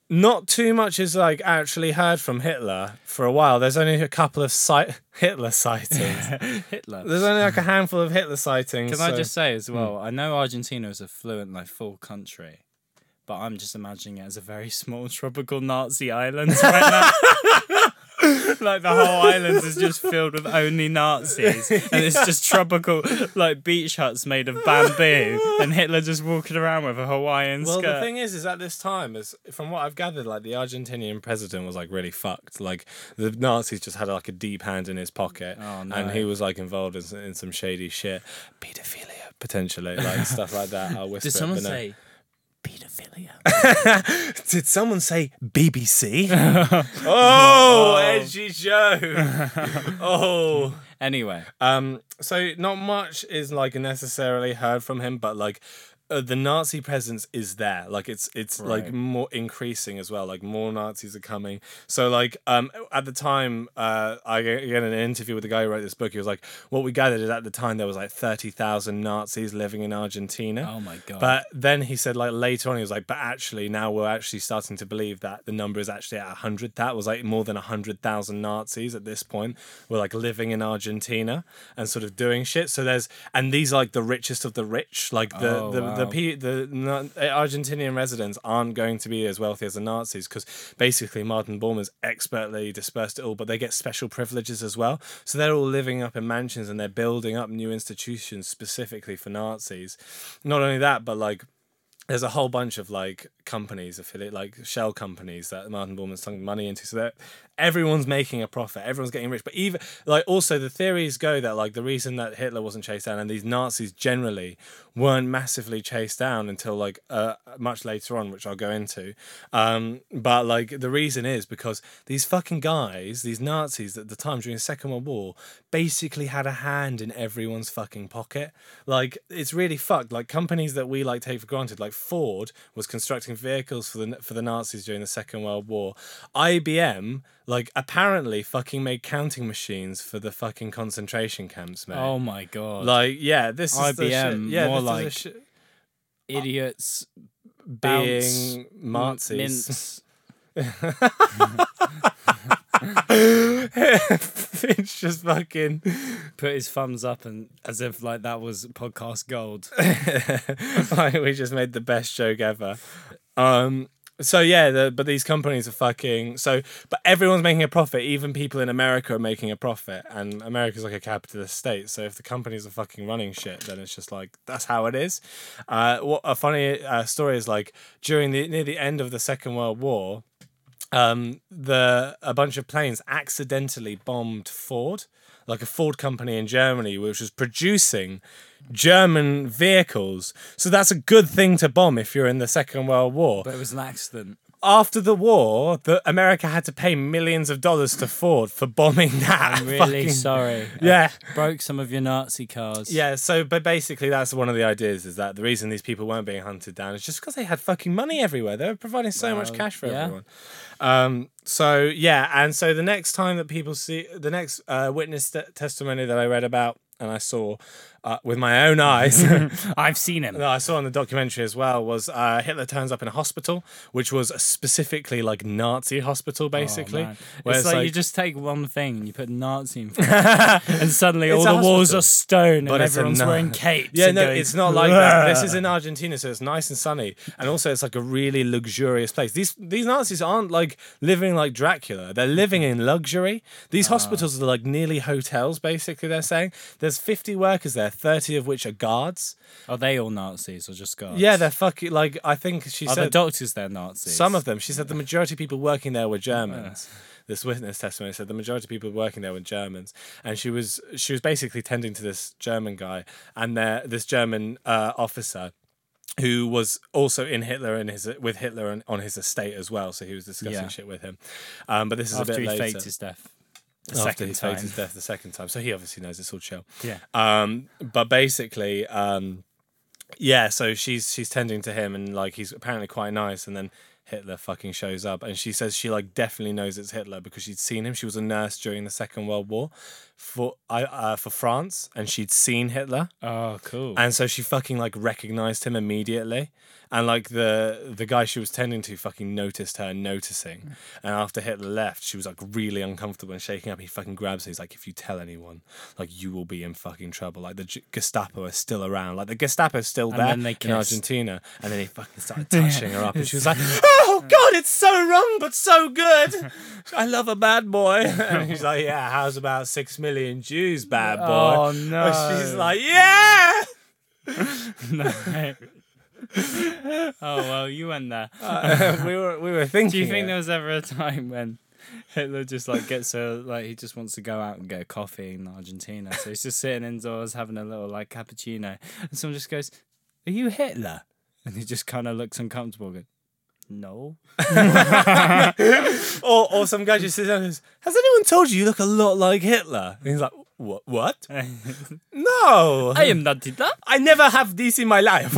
B: not too much is like actually heard from Hitler for a while. There's only a couple of cite- Hitler sightings.
A: Hitler.
B: There's only like a handful of Hitler sightings.
A: Can I
B: so- Hmm.
A: just say as well? I know Argentina is a fluent, like full country, but I'm just imagining it as a very small tropical Nazi island right now. like the whole island is just filled with only Nazis, and it's just tropical, like beach huts made of bamboo, and Hitler just walking around with a Hawaiian
B: Well,
A: skirt.
B: the thing is, is at this time, is from what I've gathered, like the Argentinian president was like really fucked. Like the Nazis just had like a deep hand in his pocket,
A: Oh, no.
B: and he was like involved in, s- in some shady shit, pedophilia potentially, like stuff like that. I'll whisper.
A: Did
B: it,
A: someone
B: but no.
A: say pedophilia?
B: Did someone say BBC? oh, edgy Joe. oh.
A: anyway,
B: Um, so not much is like necessarily heard from him, but like uh, the Nazi presence is there. Like it's it's like
A: Right.
B: more increasing as well. Like more Nazis are coming. So like um at the time, uh, I g- again in an interview with the guy who wrote this book. He was like, what we gathered is at the time there was like thirty thousand Nazis living in Argentina.
A: oh my god.
B: But then he said, like later on, he was like, but actually, now we're actually starting to believe that the number is actually at 100. That was like more than 100,000 Nazis at this point were like living in Argentina and sort of doing shit. So there's, and these are like the richest of the rich. Like the,
A: Oh,
B: the, the,
A: wow.
B: pe- the, Na- Argentinian residents aren't going to be as wealthy as the Nazis because basically Martin Borman's expertly dispersed it all, but they get special privileges as well. So they're all living up in mansions and they're building up new institutions specifically for Nazis. Not only that, but like there's a whole bunch of like companies affiliate like shell companies that Martin Borman's sunk money into so that everyone's making a profit everyone's getting rich but even like also the theories go that like the reason that Hitler wasn't chased down and these Nazis generally weren't massively chased down until like uh, much later on which I'll go into um but like the reason is because these fucking guys these Nazis at the time during the second world war basically had a hand in everyone's fucking pocket like it's really fucked like companies that we like take for granted like Ford was constructing vehicles for the for the Nazis during the Second World War. IBM like apparently fucking made counting machines for the fucking concentration camps, mate.
A: oh my god.
B: Like yeah, this is the shit.
A: IBM,
B: Yeah,
A: more
B: this is the
A: like-
B: shit.
A: Idiots Bounce.
B: being Nazis.
A: Mints.
B: it's just fucking.
A: Put his thumbs up and as if like that was podcast gold.
B: like, we just made the best joke ever. Um. So yeah, the, but these companies are fucking. So, but everyone's making a profit. Even people in America are making a profit, and America's like a capitalist state. So if the companies are fucking running shit, then it's just like that's how it is. Uh, what a funny uh, story is like during the near the end of the Second World War, um, the a bunch of planes accidentally bombed Ford, like a Ford company in Germany, which was producing German vehicles. So that's a good thing to bomb if you're in the Second World War.
A: But it was an accident.
B: After the war, the America had to pay millions of dollars to Ford for bombing that.
A: I'm really
B: fucking-
A: sorry.
B: Yeah.
A: I broke some of your Nazi cars.
B: Yeah, so but basically that's one of the ideas is that the reason these people weren't being hunted down is just because they had fucking money everywhere. They were providing so much
A: Well,
B: cash for
A: yeah.
B: everyone. Um, so yeah, and so the next time that people see the next uh, witness te- testimony that I read about and I saw uh, with my own eyes
A: I've seen him.
B: that I saw in the documentary as well was uh, Hitler turns up in a hospital, which was specifically like Nazi hospital, basically.
A: Oh, man.
B: where
A: it's, like, you just take one thing and you put Nazi in front, of it, and suddenly all
B: It's
A: the
B: a
A: walls
B: hospital.
A: are stone and
B: But it's a
A: everyone's
B: na-
A: wearing capes.
B: Yeah,
A: and
B: no,
A: going,
B: it's not like that. This
A: "Rah."
B: is in Argentina, so it's nice and sunny, and also it's like a really luxurious place. These these Nazis aren't like living like Dracula. They're living in luxury. These
A: Ah.
B: hospitals are like nearly hotels. Basically, they're saying there's 50 workers there, 30 of which are guards.
A: Are they all Nazis or just guards?
B: Yeah, they're fucking like I think she
A: Are the
B: said
A: doctors there Nazis?
B: some of them. She said the majority of people working there were Germans. This witness testimony said the majority of people working there were Germans, and she was she was basically tending to this German guy and there this German uh, officer who was also in Hitler and his with Hitler and on his estate as well. So he was discussing
A: Yeah.
B: shit with him. Um, but this is a
A: after
B: bit
A: he
B: later.
A: faked his death. The
B: after
A: second
B: he
A: time.
B: faked his death the second time, so he obviously knows it's all chill.
A: Yeah.
B: Um, but basically, um, yeah. So she's she's tending to him, and like he's apparently quite nice, and then Hitler fucking shows up, and she says she like definitely knows it's Hitler because she'd seen him. She was a nurse during the Second World War for I uh, for France, and she'd seen Hitler.
A: Oh, cool.
B: And so she fucking like recognized him immediately. And like the the guy she was tending to fucking noticed her
A: Mm.
B: noticing. And after Hitler left, she was like really uncomfortable and shaking up. He fucking grabs her. He's like, if you tell anyone, like you will be in fucking trouble. Like the G- Gestapo is still around. Like the Gestapo is still there
A: then they
B: in
A: kissed.
B: Argentina. And then he fucking started touching her up. And she was like, oh God, it's so wrong, but so good. I love a bad boy. And he's like, yeah, how's about six million Jews, bad boy?
A: Oh,
B: And she's
A: no.
B: like, yeah.
A: No. oh well, you went there.
B: Uh, we were we were thinking.
A: Do you think there was ever a time when Hitler just like gets a like he just wants to go out and get a coffee in Argentina? So he's just sitting indoors having a little like cappuccino, and someone just goes, "Are you Hitler?" And he just kind of looks uncomfortable. Goes, no.
B: or or some guy just sits down and goes, "Has anyone told you you look a lot like Hitler?" And he's like, "What? What? No,
A: I am not Hitler.
B: I never have this in my life."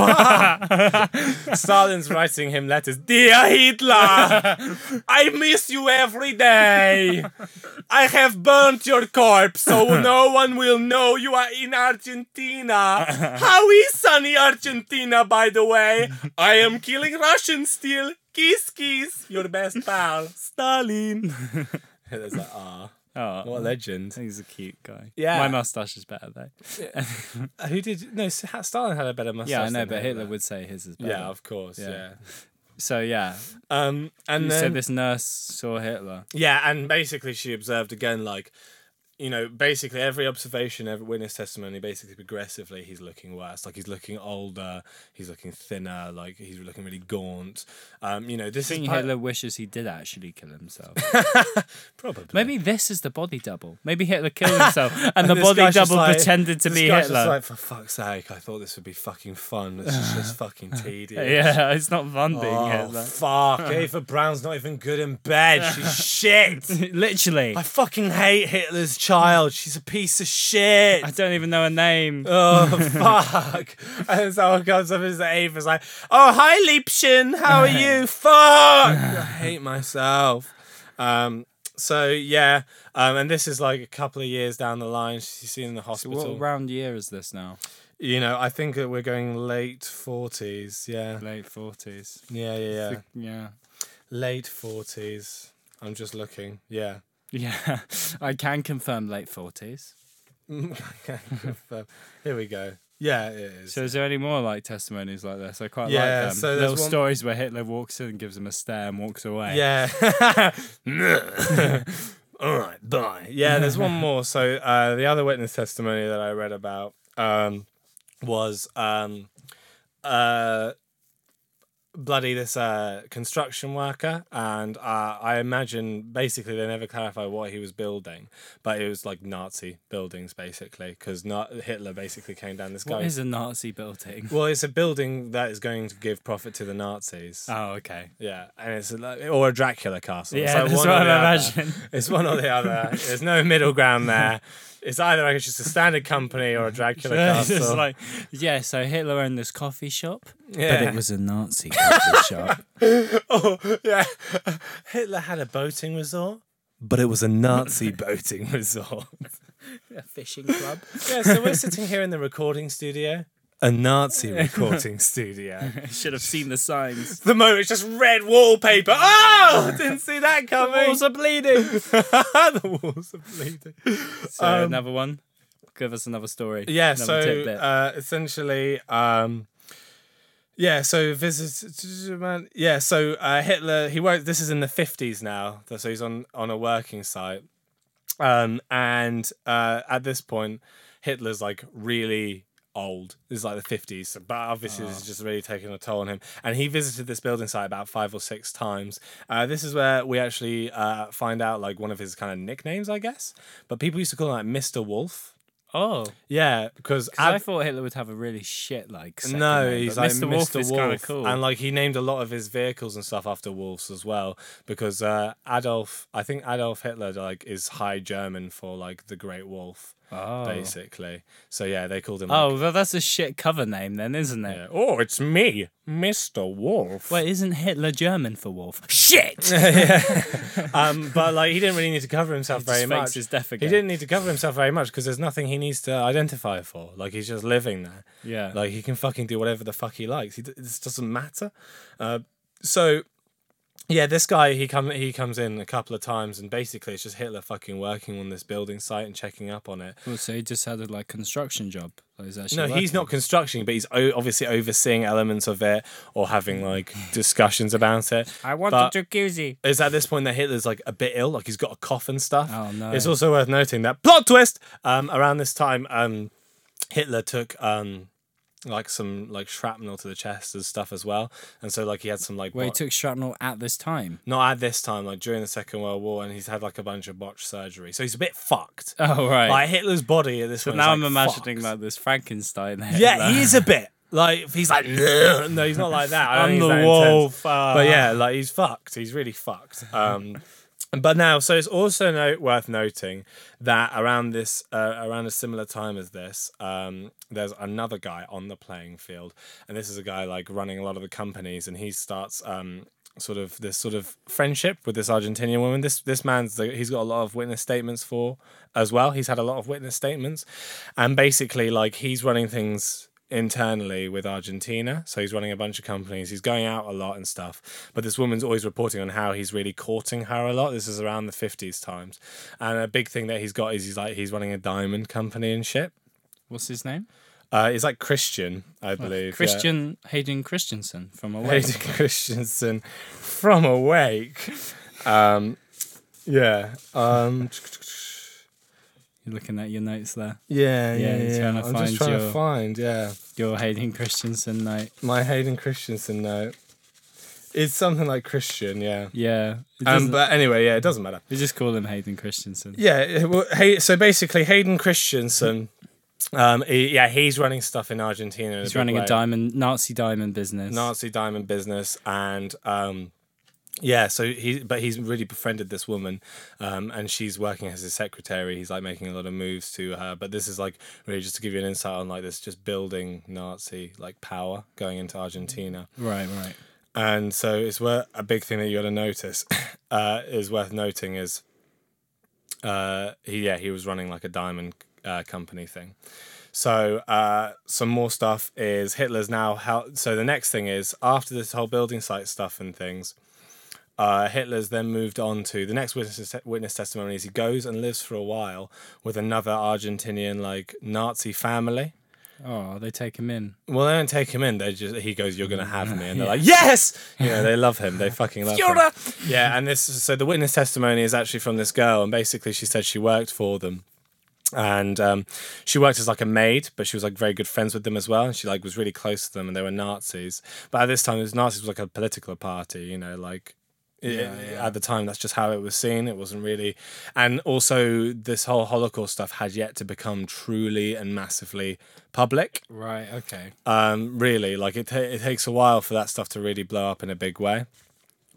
B: Stalin's writing him letters, "Dear Hitler, I miss you every day. I have burnt your corpse, so no one will know you are in Argentina. How is sunny Argentina, by the way? I am killing Russians still. Kiss, kiss, your best pal, Stalin." Hitler's like, ah,
A: Oh,
B: what a legend.
A: he's a cute guy.
B: Yeah.
A: my mustache is better though.
B: Who did? No, Stalin had a better mustache.
A: Yeah, I know,
B: than
A: but Hitler would say his is better.
B: Yeah, of course. Yeah.
A: Yeah. So yeah,
B: Um, and
A: you
B: then
A: said this nurse saw Hitler.
B: Yeah, and basically she observed again, like, you know, basically every observation, every witness testimony, basically progressively he's looking worse. Like he's looking older, he's looking thinner, like he's looking really gaunt. Um, you know, this
A: I
B: is
A: think
B: part-
A: Hitler wishes he did actually kill himself.
B: probably
A: Maybe this is the body double. Maybe Hitler killed himself and the
B: This
A: body
B: guy's just
A: double
B: like-
A: pretended to
B: this
A: be
B: guy's just
A: Hitler.
B: like for fuck's sake, I thought this would be fucking fun. This is just fucking tedious.
A: yeah, it's not fun being
B: Oh
A: Hitler.
B: fuck! Ava Brown's not even good in bed. She's shit.
A: Literally.
B: I
A: I,
B: fucking hate Hitler's child. She's a piece of shit.
A: don't even know her name.
B: Oh fuck! and someone comes up and Ava's like, "Oh hi Liebchen, how are you?" fuck! I hate myself. Um. So yeah. Um. And this is like a couple of years down the line. She's seen in the
A: What
B: hospital.
A: round year is this now?
B: You know, I think that we're going late forties. Yeah,
A: Late forties.
B: yeah, yeah, yeah.
A: Yeah.
B: Late forties. I'm just looking. Yeah.
A: Yeah. I can confirm late forties.
B: Okay, confirm. Here we go. Yeah, it is.
A: So is there any more like testimonies like this? I quite
B: Yeah,
A: like them.
B: so there's
A: Little
B: one-
A: stories where Hitler walks in and gives him a stare and walks away.
B: Yeah. All right, bye. Yeah, there's one more. So uh, the other witness testimony that I read about um, was um, uh, bloody this uh, construction worker, and uh, I imagine basically they never clarify what he was building, but it was like Nazi buildings basically, because Hitler basically came down this guy.
A: What is a Nazi building?
B: well, it's a building that is going to give profit to the Nazis.
A: Oh, okay.
B: Yeah, and it's like or a Dracula castle. It's
A: Yeah,
B: like
A: that's
B: one
A: what
B: or the
A: I
B: other.
A: imagine.
B: It's one or the other. There's no middle ground there. It's either like it's just a standard company or a Dracula
A: It's
B: castle.
A: just like, yeah, so Hitler owned this coffee shop, but
B: Yeah.
A: it was a Nazi coffee shop.
B: oh, yeah. Hitler had a boating resort, but it was a Nazi boating resort.
A: A fishing club.
B: yeah, so we're sitting here in the recording studio. A Nazi recording studio.
A: Should have seen the signs.
B: The moment it's just red wallpaper. Oh, didn't see that coming.
A: walls are
B: bleeding. the walls are bleeding.
A: So another one. Give us another story.
B: Um, Yeah,
A: Another
B: so
A: tidbit.
B: uh, essentially, um, yeah, so visit, yeah, so uh, Hitler, he worked, this is in the 50s now, so he's on, on a working site. Um, and uh, at this point, Hitler's like really old. This is like the 50s, so- but obviously
A: Ah.
B: this is just really taking a toll on him. And he visited this building site about five or six times. Uh, this is where we actually uh, find out like one of his kind of nicknames, I guess. But people used to call him like Mr. Wolf.
A: oh, 'cause
B: Yeah, because
A: I thought Hitler would have a really shit like. second
B: no,
A: name,
B: he's
A: but
B: like
A: Mr. Wolf is kind of cool.
B: and like he named a lot of his vehicles and stuff after wolves as well because uh, Adolf, I think Adolf Hitler like is High German for like the Great Wolf,
A: oh.
B: basically. So yeah, they called him. like,
A: Oh, well, that's a shit cover name then, isn't it?
B: yeah, oh, it's me, Mister Wolf.
A: Wait, isn't Hitler German for wolf? Shit!
B: um, but like he didn't really need to cover himself very
A: Just
B: much.
A: fakes his death
B: He
A: again.
B: didn't need to cover himself very much because there's nothing he needs to identify for. Like he's just living there.
A: Yeah.
B: Like he can fucking do whatever the fuck he likes. He, d- this doesn't matter. Uh, so yeah, this guy he come he comes in a couple of times and basically it's just Hitler fucking working on this building site and checking up on it.
A: Well, so he just had a like construction job. Like, he's actually
B: No, he's
A: working.
B: not constructing, but he's o- obviously overseeing elements of it or having like discussions about it.
A: I want
B: But-
A: a jacuzzi.
B: It's at this point that Hitler's like a bit ill, like he's got a cough and stuff.
A: Oh, no.
B: It's also worth noting that plot twist. Um, around this time, um, Hitler took um, like some like shrapnel to the chest and stuff as well, and so like he had some like
A: Wait, he
B: bot-
A: took shrapnel at this time.
B: not at this time, like during the Second World War, and he's had like a bunch of botched surgery, so he's a bit fucked.
A: Oh right.
B: Like Hitler's body at this point. is,
A: now
B: like,
A: I'm imagining
B: fucked.
A: like this Frankenstein.
B: Yeah, he is a bit. Like he's like no, he's not like that. I don't
A: I'm
B: think he's
A: the
B: that intense.
A: wolf. Uh,
B: But yeah, like he's fucked. He's really fucked. Um, but now, so it's also no- worth noting that around this, uh, around a similar time as this, um, there's another guy on the playing field, and this is a guy like running a lot of the companies, and he starts. Um, sort of this sort of friendship with this Argentinian woman this this man's the, he's got a lot of witness statements for as well he's had a lot of witness statements and basically like he's running things internally with Argentina. So he's running a bunch of companies. He's going out a lot and stuff. But this woman's always reporting on how he's really courting her a lot. This is around the 50s times. And a big thing that he's got is he's like he's running a diamond company and shit.
A: What's his name?
B: Uh, he's like Christian, I believe. yeah.
A: Christian Hayden Christensen from Awake.
B: Hayden Christensen from Awake. Um, yeah. Um,
A: You're looking at your notes there.
B: yeah,
A: Yeah,
B: yeah,
A: he's
B: yeah.
A: trying to
B: I'm
A: find
B: just trying to
A: your-
B: find, yeah.
A: Your Hayden Christensen note.
B: My Hayden Christensen note. It's something like Christian, yeah.
A: Yeah. It
B: Um,
A: doesn't-
B: but anyway, yeah, it doesn't matter.
A: we just call him Hayden Christensen.
B: Yeah, it- well, hey, so basically, Hayden Christensen, um, he- yeah, he's running stuff in Argentina. in
A: He's
B: big
A: running a
B: way.
A: diamond Nazi diamond business.
B: Nazi diamond business, and um, yeah, so he, but he's really befriended this woman, um, and she's working as his secretary. He's like making a lot of moves to her, but this is like really just to give you an insight on like this just building Nazi like power going into Argentina.
A: Right, right.
B: And so it's worth a big thing that you got to notice uh, is worth noting is uh, he yeah he was running like a diamond uh, company thing. So uh, some more stuff is Hitler's now. Hel- so the next thing is after this whole building site stuff and things. Uh, Hitler's then moved on to the next witness, witness testimony is he goes and lives for a while with another Argentinian like Nazi family.
A: Oh, they take him in.
B: Well, they don't take him in. They just he goes, "You're gonna have me," and they're like, "Yes!" You know, they love him. They fucking love him. Yeah, and this so the witness testimony is actually from this girl, and basically she said she worked for them, and um, she worked as like a maid, but she was like very good friends with them as well, and she like was really close to them, and they were Nazis. But at this time, it was Nazis was like a political party, you know, like. it- At the time, that's just how it was seen. It wasn't really, and also this whole Holocaust stuff had yet to become truly and massively public
A: Right, okay.
B: um, really. Like it, ta- it takes a while for that stuff to really blow up in a big way.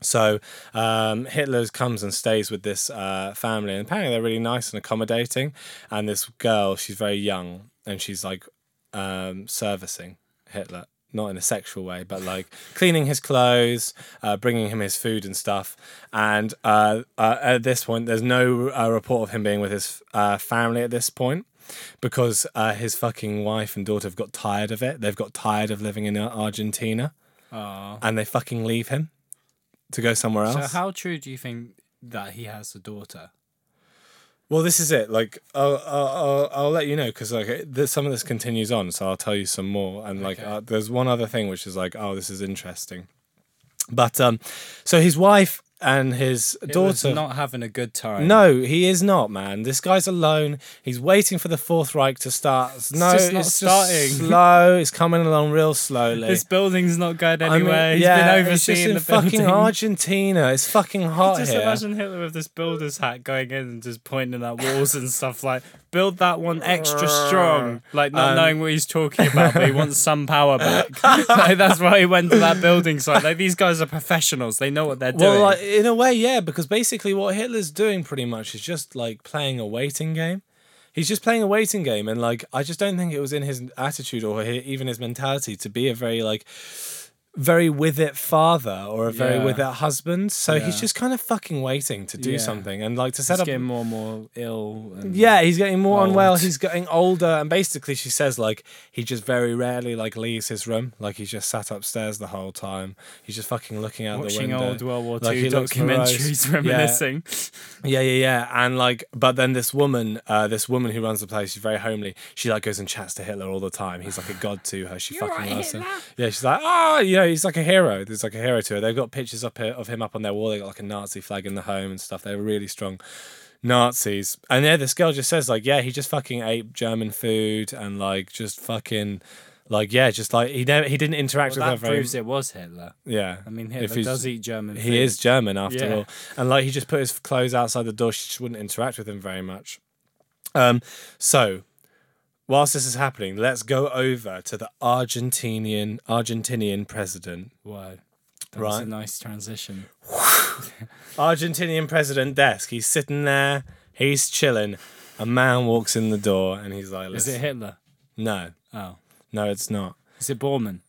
B: So um, Hitler comes and stays with this uh, family, and apparently they're really nice and accommodating. And this girl, she's very young, and she's like um, servicing Hitler, not in a sexual way, but like cleaning his clothes, uh, bringing him his food and stuff. And uh, uh, at this point, there's no uh, report of him being with his uh, family at this point because uh, his fucking wife and daughter have got tired of it. They've got tired of living in uh, Argentina,
A: Oh.
B: and they fucking leave him to go somewhere
A: So
B: else.
A: how true do you think that he has a daughter?
B: well, this is it. Like, I'll I'll, I'll, I'll let you know because like it- this, some of this continues on, so I'll tell you some more. And like,
A: Okay.
B: uh, there's one other thing which is like, oh, this is interesting. But um, so his wife and his
A: Daughter's
B: daughter.
A: not having a good time.
B: no, he is not, man. This guy's alone. He's waiting for the Fourth Reich to start. No,
A: just not
B: it's
A: starting.
B: Just slow. It's coming along real slowly.
A: This building's not good
B: I mean,
A: anywhere. He's been
B: it's just
A: overseeing
B: in
A: the building.
B: fucking Argentina. It's fucking hot
A: Just
B: here.
A: imagine Hitler with this builder's hat going in and just pointing at walls and stuff like, build that one extra strong. Like, not knowing what he's talking about, but he wants some power back. like, that's why he went to that building site. Like, these guys are professionals. They know what they're
B: Well,
A: doing.
B: like, in a way, yeah, because basically what Hitler's doing pretty much is just like playing a waiting game. He's just playing a waiting game, and like I just don't think it was in his attitude or hi even his mentality to be a very like very with it father or a very
A: Yeah.
B: with it husband. So he's
A: Yeah.
B: just kind of fucking waiting to do
A: Yeah.
B: something and like to set
A: He's
B: up
A: getting more and more ill. And
B: Yeah, he's getting more
A: Old.
B: unwell. He's getting older, and basically, she says like he just very rarely like leaves his room. Like he's just sat upstairs the whole time. He's just fucking looking out
A: Watching
B: the window.
A: old World War II
B: Like, he looks morose.
A: documentaries,
B: Yeah.
A: reminiscing.
B: Yeah, yeah, yeah. And like, but then this woman, uh, this woman who runs the place, she's very homely. She like goes and chats to Hitler all the time. He's like a god to her. She fucking loves him. Yeah, she's like, oh, you know, he's like a hero. There's like a hero to her. They've got pictures up here of him up on their wall. They got like a Nazi flag in the home and stuff. They're really strong Nazis. And yeah, this girl just says like, yeah, he just fucking ate German food and like just fucking. Like yeah, just like he never he didn't interact
A: Well,
B: with
A: that
B: her very
A: proves it was Hitler.
B: yeah.
A: I mean,
B: If
A: Hitler
B: he's-
A: does eat German food.
B: he is German after
A: Yeah.
B: all. And like he just put his clothes outside the door, she just wouldn't interact with him very much. Um, so whilst this is happening, let's go over to the Argentinian Argentinian president.
A: Wow. That was
B: Right.
A: a nice transition.
B: Argentinian president desk. He's sitting there, he's chilling. A man walks in the door and he's like,
A: Is it
B: "Listen."
A: Hitler?
B: No,
A: Oh.
B: no, it's not.
A: Is it Borman?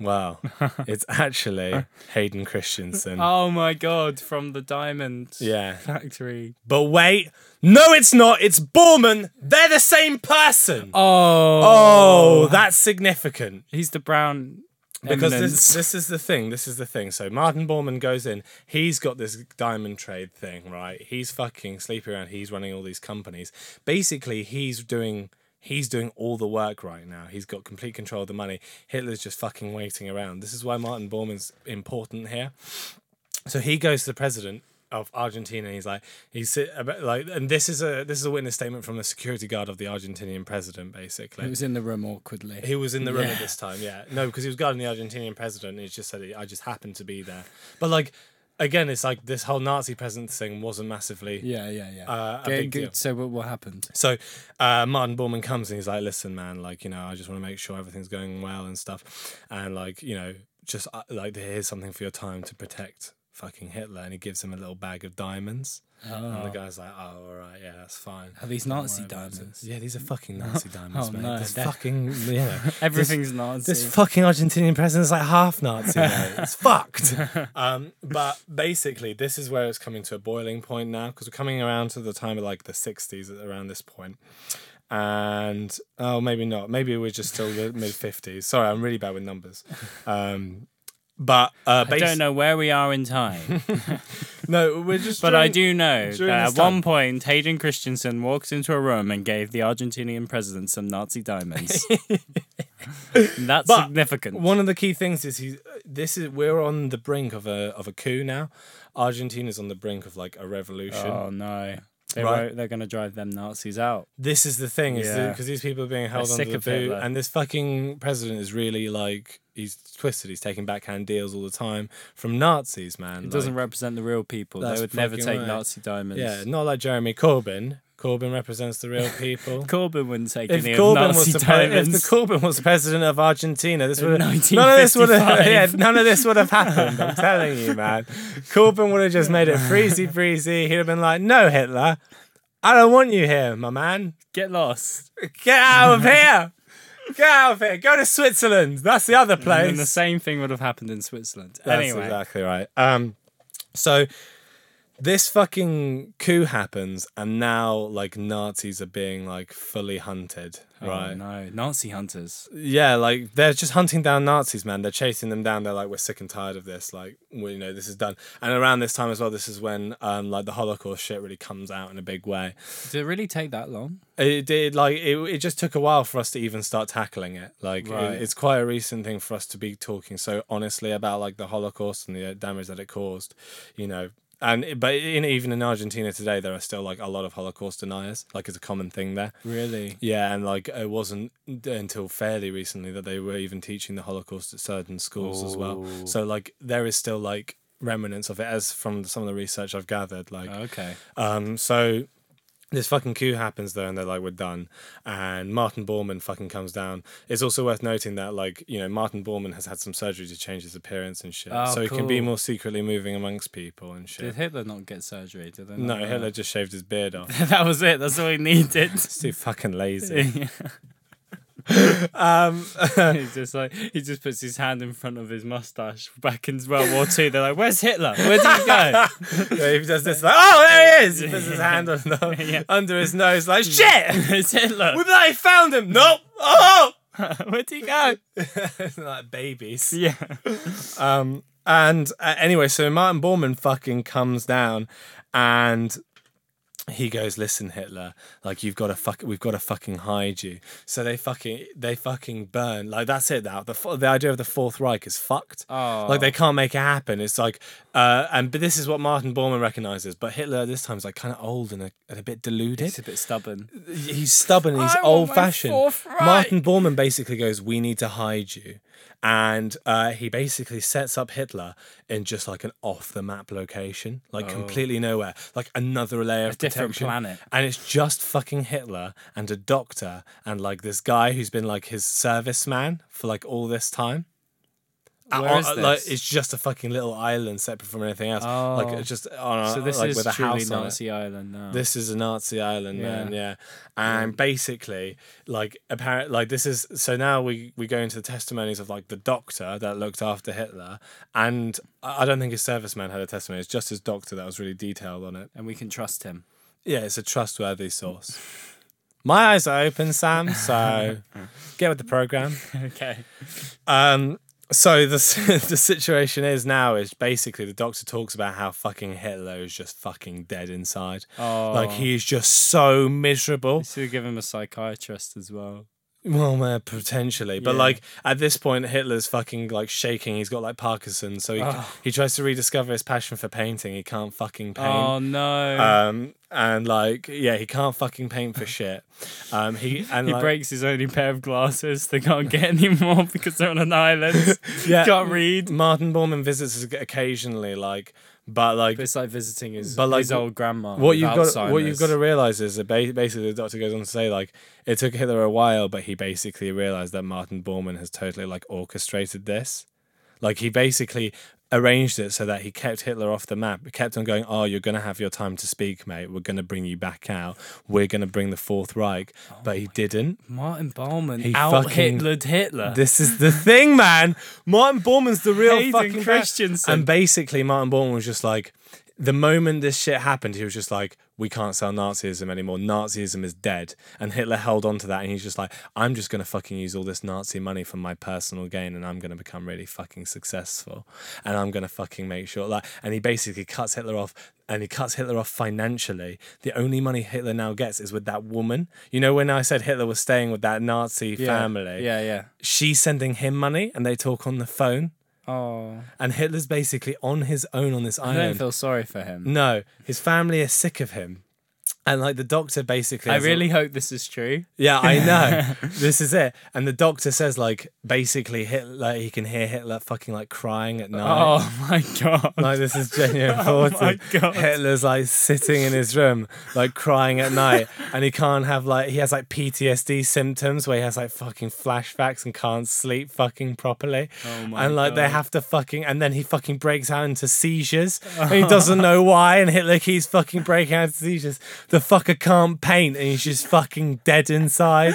B: Well, it's actually Hayden Christensen.
A: Oh my god, from the Diamond
B: Yeah.
A: Factory.
B: But wait, no, it's not. It's Borman. They're the same person.
A: Oh.
B: Oh, that's significant
A: He's the brown.
B: because
A: eminence.
B: this, this is the thing. This is the thing. So Martin Borman goes in. He's got this diamond trade thing, right? He's fucking sleeping around. He's running all these companies. Basically, he's doing he's doing all the work right now. He's got complete control of the money. Hitler's just fucking waiting around. This is why Martin Borman's important here. So he goes to the president of Argentina. And he's like, he's sit- about- like, and this is a this is a witness statement from the security guard of the Argentinian president, basically.
A: He was in the room awkwardly.
B: He was in the room at
A: Yeah.
B: this time, yeah. No, because he was guarding the Argentinian president. And he just said, "I just happened to be there." But like, again, it's like this whole Nazi president thing wasn't massively.
A: yeah, yeah, yeah.
B: Uh, a
A: Go-
B: big
A: go-
B: deal.
A: So what, what happened?
B: So uh, Martin Borman comes and he's like, "Listen, man, like you know, I just want to make sure everything's going well and stuff, and like you know, just uh, like here's something for your time to protect fucking Hitler." And he gives him a little bag of diamonds, and the guy's like, "Oh, all right, yeah, that's fine."
A: Are these Nazi
B: Whatever it is.
A: diamonds?
B: Yeah, these are fucking Nazi diamonds,
A: Oh,
B: mate.
A: no,
B: this
A: they're-
B: fucking yeah.
A: Everything's Nazi.
B: This fucking Argentinian president's like half Nazi. mate. It's fucked. Um, but basically, this is where it's coming to a boiling point now because we're coming around to the time of like the 60s at- around this point. and oh, maybe not. Maybe we're just still the mid fifties. Sorry, I'm really bad with numbers. Um, but uh,
A: I don't know where we are in time,
B: No, we're just.
A: but I
B: during-
A: do know that
B: during
A: at
B: this
A: one
B: time-
A: point Hayden Christensen walked into a room and gave the Argentinian president some Nazi diamonds. That's
B: But
A: significant.
B: One of the key things is he. This is we're on the brink of a of a coup now. Argentina's on the brink of like a revolution.
A: oh no, they
B: Right.
A: won't, they're going to drive them Nazis out.
B: this is the thing, is
A: Yeah.
B: because these people are being held
A: They're
B: under
A: sick
B: the
A: of
B: boot,
A: Hitler.
B: and this fucking president is really like he's twisted. He's taking backhand deals all the time from Nazis, man.
A: It doesn't represent the real people. They
B: That's
A: would never
B: fucking
A: take
B: right.
A: Nazi diamonds.
B: yeah, not like Jeremy Corbyn. Corbyn represents the real people.
A: Corbyn wouldn't take
B: If
A: any
B: Corbyn,
A: of Nazi
B: was the pre- if
A: diamonds.
B: the Corbyn was the president of Argentina, this
A: In
B: would have, none of this would have
A: 1955.
B: yeah, none of this would have happened. I'm telling you, man. Corbyn would have just made it freezy breezy. He'd have been like, "No, Hitler, I don't want you here, my man.
A: Get lost.
B: Get out of here. Get out of here. Go to Switzerland. That's the other
A: And
B: place."
A: then the same thing would have happened in Switzerland.
B: That's
A: anyway,
B: exactly right. Um, so this fucking coup happens, and now like Nazis are being like fully hunted,
A: Oh,
B: right? Uh,
A: no, Nazi hunters.
B: yeah, like they're just hunting down Nazis, man. They're chasing them down. They're like, we're sick and tired of this. Like, we, you know, this is done. And around this time as well, this is when um, like the Holocaust shit really comes out in a big way.
A: Did it really take that long?
B: It did like it. It just took a while for us to even start tackling it. Like, it-
A: Right.
B: it's quite a recent thing for us to be talking so honestly about like the Holocaust and the uh, damage that it caused. You know. And but in, even in Argentina today, there are still like a lot of Holocaust deniers. Like it's a common thing there.
A: Really?
B: Yeah, and like it wasn't until fairly recently that they were even teaching the Holocaust at certain schools as well.
A: Oh.
B: So like there is still like remnants of it, as from some of the research I've gathered. Like,
A: Okay.
B: um, so this fucking coup happens though, and they're like, we're done. And Martin Bormann fucking comes down. It's also worth noting that like you know Martin Bormann has had some surgery to change his appearance and shit,
A: Oh,
B: so he can be
A: cool.
B: more secretly moving amongst people and shit.
A: Did Oh, Hitler not get surgery? Did they?
B: no,
A: not-
B: Hitler just shaved his beard off.
A: that was it. That's all he needed.
B: He's too fucking lazy.
A: he's
B: um,
A: just like he just puts his hand in front of his mustache. Back in World War Two, they're like, "Where's Hitler? Where did he go?"
B: Yeah, if he does this, like, oh, there he is. He puts his hand on the,
A: Yeah. Hmm.
B: under his nose, like, shit,
A: It's Hitler.
B: we bloody found him. Nope. Oh,
A: Where did he go?
B: like babies.
A: Yeah.
B: Um, and uh, anyway, so Martin Bormann fucking comes down, and he goes, "Listen, Hitler, like you've got to fuck, we've got to fucking hide you." So they fucking, they fucking burn. Like that's it. Now the fo- the idea of the Fourth Reich is fucked.
A: Oh.
B: Like they can't make it happen. It's like, uh, and but this is what Martin Bormann recognizes. But Hitler this time is like kind of old and a, and a bit deluded.
A: It's a bit stubborn.
B: He's stubborn. and He's
A: I want my
B: old fashioned.
A: Fourth Reich.
B: Martin Bormann basically goes, "We need to hide you," and uh, he basically sets up Hitler in just like an off the map location, like completely nowhere, like another layer of
A: Oh. different
B: protection.
A: planet.
B: And it's just fucking Hitler and a doctor and like this guy who's been like his serviceman for like all this time. Uh,
A: Where
B: on-
A: is
B: Like,
A: this?
B: it's just a fucking little island separate from anything else.
A: Oh.
B: Like just on a,
A: So this
B: like
A: is
B: with a
A: truly
B: house on it.
A: Nazi Island now.
B: This is a Nazi island, man.
A: Yeah.
B: Yeah, and basically, like, apparent, like this is. So now we we go into the testimonies of like the doctor that looked after Hitler, and I I don't think his serviceman had a testimony. It's just his doctor that was really detailed on it.
A: and we can trust him.
B: Yeah, it's a trustworthy source. My eyes are open, Sam. So get with the program.
A: Okay.
B: Um, so the s- the situation is now is basically the doctor talks about how fucking Hitler is just fucking dead inside.
A: Oh.
B: Like he is just so miserable.
A: Should give him a psychiatrist as well.
B: Well, man, potentially, but
A: Yeah.
B: like at this point, Hitler's fucking like shaking. He's got like Parkinson's, so he
A: Ah.
B: he tries to rediscover his passion for painting. He can't fucking paint.
A: Oh no.
B: Um and like yeah he can't fucking paint for shit. Um he and
A: he
B: like,
A: breaks his only pair of glasses. They can't get any more because they're on an island.
B: yeah,
A: Can't read.
B: Martin Bormann visits us occasionally like but like
A: It's like visiting his,
B: But, like,
A: his old grandma.
B: what
A: with
B: you've got what you've
A: Alzheimer's.
B: got to realize is that ba- basically the doctor goes on to say like it took Hitler a while, but he basically realized that Martin Bormann has totally like orchestrated this. Like he basically arranged it so that he kept Hitler off the map. Kept on going. Oh, you're gonna have your time to speak, mate. We're gonna bring you back out. We're gonna bring the Fourth Reich, but he didn't.
A: Martin Bauman
B: He
A: out
B: fucking-
A: Hitlered Hitler.
B: This is the thing, man. Martin Bormann's the real
A: Hayden
B: fucking crash.
A: Christensen.
B: And basically, Martin Bormann was just like, the moment this shit happened, he was just like, we can't sell Nazism anymore. Nazism is dead. And Hitler held on to that. And he's just like, I'm just going to fucking use all this Nazi money for my personal gain and I'm going to become really fucking successful. And I'm going to fucking make sure. Like, and he basically cuts Hitler off and he cuts Hitler off financially. The only money Hitler now gets is with that woman. You know, when I said Hitler was staying with that Nazi family,
A: Yeah, yeah.
B: she's sending him money and they talk on the phone.
A: Oh,
B: And Hitler's basically on his own on this
A: I don't
B: island.
A: feel sorry for him.
B: No, his family is sick of him. And like the doctor basically
A: I
B: has a-
A: really hope this is true.
B: Yeah, I know. this is it. And the doctor says like basically Hitler he can hear Hitler fucking like crying at night.
A: Oh my god.
B: Like this is genuine
A: Oh
B: important.
A: my God.
B: Hitler's like sitting in his room, like crying at night, and he can't have like he has like PTSD symptoms where he has like fucking flashbacks and can't sleep fucking properly.
A: Oh my
B: and like they
A: God.
B: have to fucking and then he fucking breaks out into seizures and he doesn't know why and Hitler keeps fucking breaking out into seizures. The fucker can't paint and he's just fucking dead inside.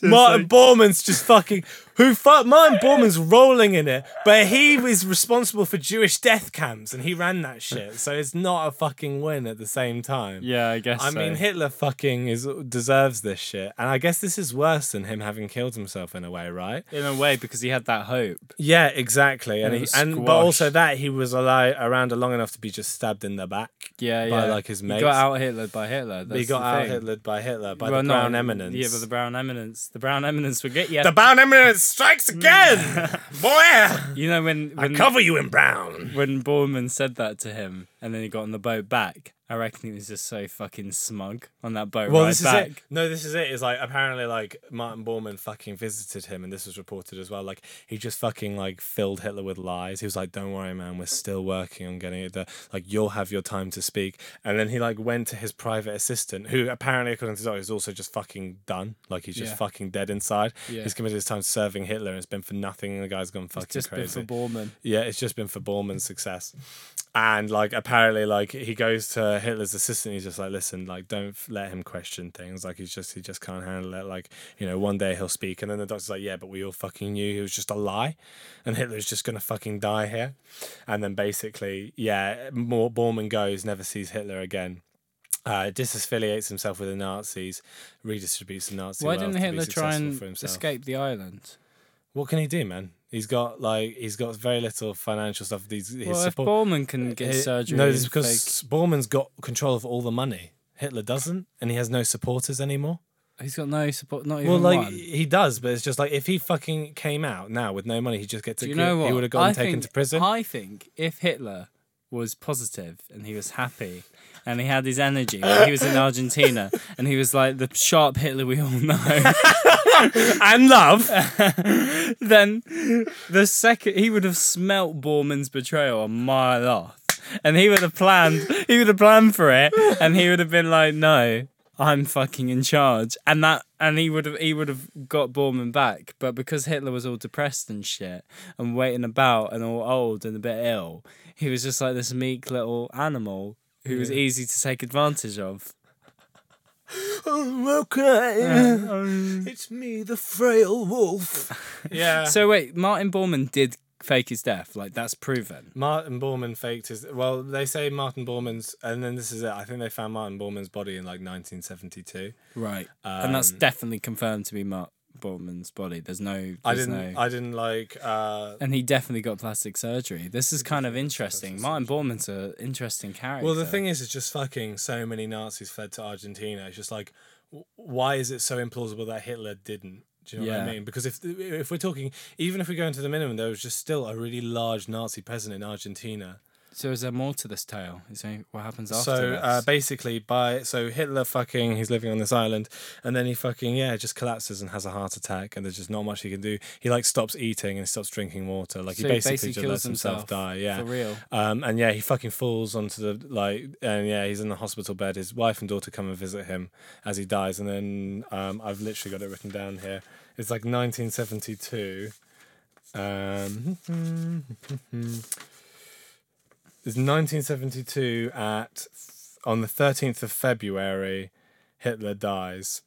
B: Martin
A: like-
B: Borman's just fucking who fuck Martin Borman's rolling in it, but he was responsible for Jewish death camps and he ran that shit. So it's not a fucking win at the same time.
A: yeah, I guess.
B: I
A: so.
B: mean, Hitler fucking is deserves this shit, and I guess this is worse than him having killed himself in a way, right?
A: in a way, because he had that hope.
B: Yeah, exactly. And
A: It
B: he,
A: was
B: and but
A: squashed.
B: also that he was alive around long enough to be just stabbed in the back.
A: Yeah,
B: By,
A: yeah.
B: like, his
A: He
B: mates.
A: got out Hitlered by Hitler. That's
B: he got
A: the
B: out
A: thing.
B: Hitlered by Hitler by
A: Well,
B: the
A: no,
B: brown eminence.
A: Yeah, but the brown eminence. The brown eminence would get you.
B: the brown eminence strikes again, boy.
A: you know when
B: I
A: when,
B: cover you in brown.
A: when Borman said that to him, and then he got on the boat back. I reckon he was just so fucking smug on that boat
B: Well,
A: ride
B: this
A: back.
B: is it. No, this is it. Is like apparently like Martin Bormann fucking visited him, and this was reported as well. Like he just fucking like filled Hitler with lies. He was like, "Don't worry, man, we're still working on getting it. There. Like you'll have your time to speak." And then he like went to his private assistant, who apparently, according to the doctor, is also just fucking done. Like he's just
A: Yeah.
B: fucking dead inside.
A: Yeah.
B: He's committed his time to serving Hitler, and it's been for nothing. And the guy's gone fucking
A: Just
B: crazy.
A: before Borman.
B: Yeah, it's just been for Borman's success. And like apparently, like he goes to Hitler's assistant. He's just like, listen, like don't f- let him question things. Like he's just he just can't handle it. Like you know, one day he'll speak. And then the doctor's like, yeah, but we all fucking knew he was just a lie, and Hitler's just gonna fucking die here. And then basically, yeah, more Bormann goes, never sees Hitler again. Uh, disaffiliates himself with the Nazis, redistributes the Nazi.
A: Why
B: wealth
A: didn't
B: to be
A: Hitler try
B: successful
A: and
B: for himself
A: escape the island?
B: what can he do, man? He's got like he's got very little financial stuff. These his
A: Well, if
B: support.
A: Borman can get
B: Hi-
A: surgery,
B: No,
A: and
B: it's because
A: fake-
B: Bormann's got control of all the money. Hitler doesn't, and he has no supporters anymore.
A: he's got no support. Not even
B: Well, like
A: one.
B: he does, but it's just like if he fucking came out now with no money, he just gets.
A: Do you know what?
B: He would have gotten
A: I
B: taken
A: think-
B: to prison.
A: I think if Hitler was positive and he was happy and he had his energy when he was in Argentina and he was like the sharp Hitler we all know,
B: and love.
A: then the second he would have smelt Borman's betrayal a mile off. And he would have planned he would have planned for it and he would have been like, No, I'm fucking in charge. And that and he would have he would have got Borman back. But because Hitler was all depressed and shit and waiting about and all old and a bit ill, he was just like this meek little animal who was easy to take advantage of.
B: oh, okay. it's me, the frail wolf. yeah.
A: So wait, Martin Borman did fake his death, like that's proven.
B: Martin Bormann faked his. Well, they say Martin Bormann's, and then this is it. I think they found Martin Bormann's body in like 1972.
A: Right. and
B: Um,
A: that's definitely confirmed to be Mark Borman's body. There's no.
B: I
A: there's
B: didn't.
A: No...
B: I didn't like. Uh,
A: and he definitely got plastic surgery. This is kind of interesting. Martin Borman's an interesting character.
B: well, the thing is, it's just fucking so many Nazis fled to Argentina. It's just like, w- why is it so implausible that Hitler didn't? Do you know what I
A: Yeah.
B: mean? Because if if we're talking, even if we go into the minimum, there was just still a really large Nazi present in Argentina.
A: So is there more to this tale? Is there what happens after
B: so
A: this?
B: uh, basically, by so Hitler fucking, he's living on this island, and then he fucking yeah, just collapses and has a heart attack, and there's just not much he can do. He like stops eating and stops drinking water. Like
A: So
B: he basically, just lets himself, die. Yeah,
A: For real.
B: Um, and yeah, he fucking falls onto the like, and yeah, he's in the hospital bed. His wife and daughter come and visit him as he dies, and then um, I've literally got it written down here. It's like 1972. Um, it's 1972 at on the 13th of February. Hitler dies.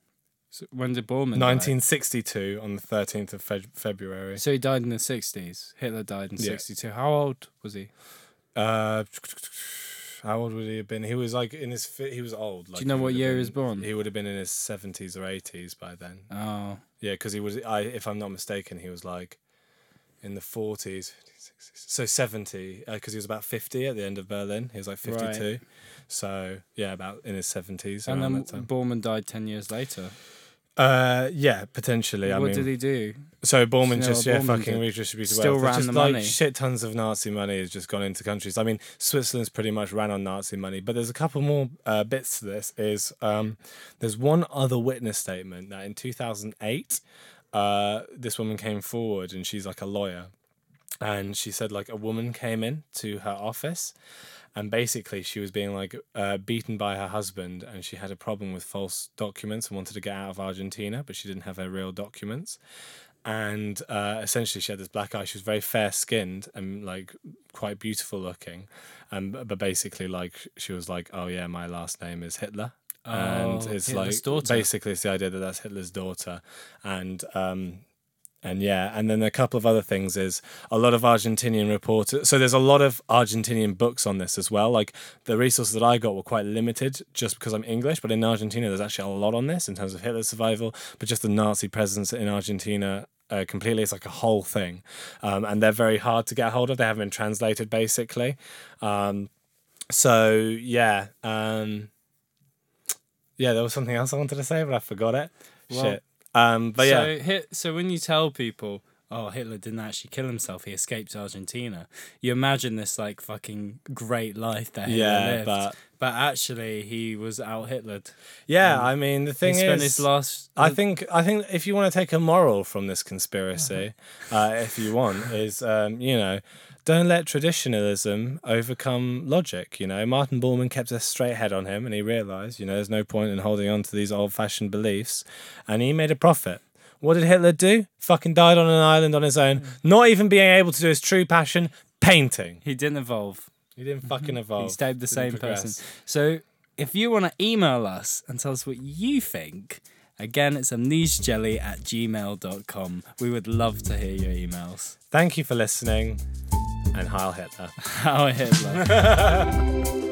A: So when did Borman? die?
B: 1962 on the 13th of Feb February.
A: So he died in the sixties. Hitler died in
B: Yeah.
A: sixty two. How old was he?
B: Uh, How old would he have been? He was like in his. fi- He was old. Like,
C: you know
B: he
C: what
B: would have
C: year he
B: been-
C: was born?
B: He would have been in his seventies or eighties by then.
C: Oh,
B: Yeah, because he was. I, if I'm not mistaken, he was like in the forties. So seventy, because he was about fifty at the end of Berlin. He was like fifty-two. So yeah, about in his seventies around
C: and then
B: that time.
C: Borman died ten years later.
B: Uh, yeah, potentially. I
C: what
B: mean,
C: did he do?
B: So
C: you
B: Borman
C: know what
B: just yeah
C: Borman
B: fucking
C: did?
B: redistributed
C: Still
B: wealth. It's
C: ran
B: just
C: the
B: like
C: money.
B: shit tons of Nazi money has just gone into countries. I mean, Switzerland's pretty much ran on Nazi money. But there's a couple more uh, bits to this. Is um, there's one other witness statement that in 2008, uh, this woman came forward and she's like a lawyer, and she said like a woman came in to her office. And basically, she was being like uh, beaten by her husband, and she had a problem with false documents and wanted to get out of Argentina, but she didn't have her real documents and uh, essentially she had this black eye. She was very fair skinned and like quite beautiful looking, um, b- but basically like she was like, oh yeah, my last name is Hitler, and
A: Oh,
B: it's
A: Hitler's
B: like
A: daughter.
B: basically it's the idea that that's Hitler's daughter, and um, and yeah, and then a couple of other things is a lot of Argentinian reporters. So there's a lot of Argentinian books on this as well. Like the resources that I got were quite limited just because I'm English, but in Argentina, there's actually a lot on this in terms of Hitler's survival, but just the Nazi presence in Argentina. Uh, completely, it's like a whole thing, um, and they're very hard to get hold of. They haven't been translated, basically. Um, so yeah, um, yeah. There was something else I wanted to say, but I forgot it. Shit. Um, but yeah,
A: So, hit, so when you tell people, oh, Hitler didn't actually kill himself, he escaped Argentina, you imagine this like fucking great life that Hitler
B: Yeah,
A: lived.
B: but-
A: but actually, he was out Hitlered.
B: Yeah, I mean the
A: Um, He
B: thing
A: spent
B: is,
A: his last.
B: I think I think if you want to take a moral from this conspiracy,
A: Uh-huh.
B: uh, if you want, is um, you know, don't let traditionalism overcome logic. You know, Martin Bormann kept a straight head on him, and he realized, you know, there's no point in holding on to these old-fashioned beliefs, and he made a profit. What did Hitler do? Fucking died on an island on his own,
A: Mm.
B: not even being able to do his true passion, painting.
A: He didn't evolve.
B: He didn't fucking evolve.
A: Mm-hmm. He stayed the
B: didn't
A: same
B: progress.
A: person. So if you want to email us and tell us what you think, again, it's amnesiajelly at gmail.com. We would love to hear your emails.
B: Thank you for listening, and Heil Hitler.
A: How Hitler.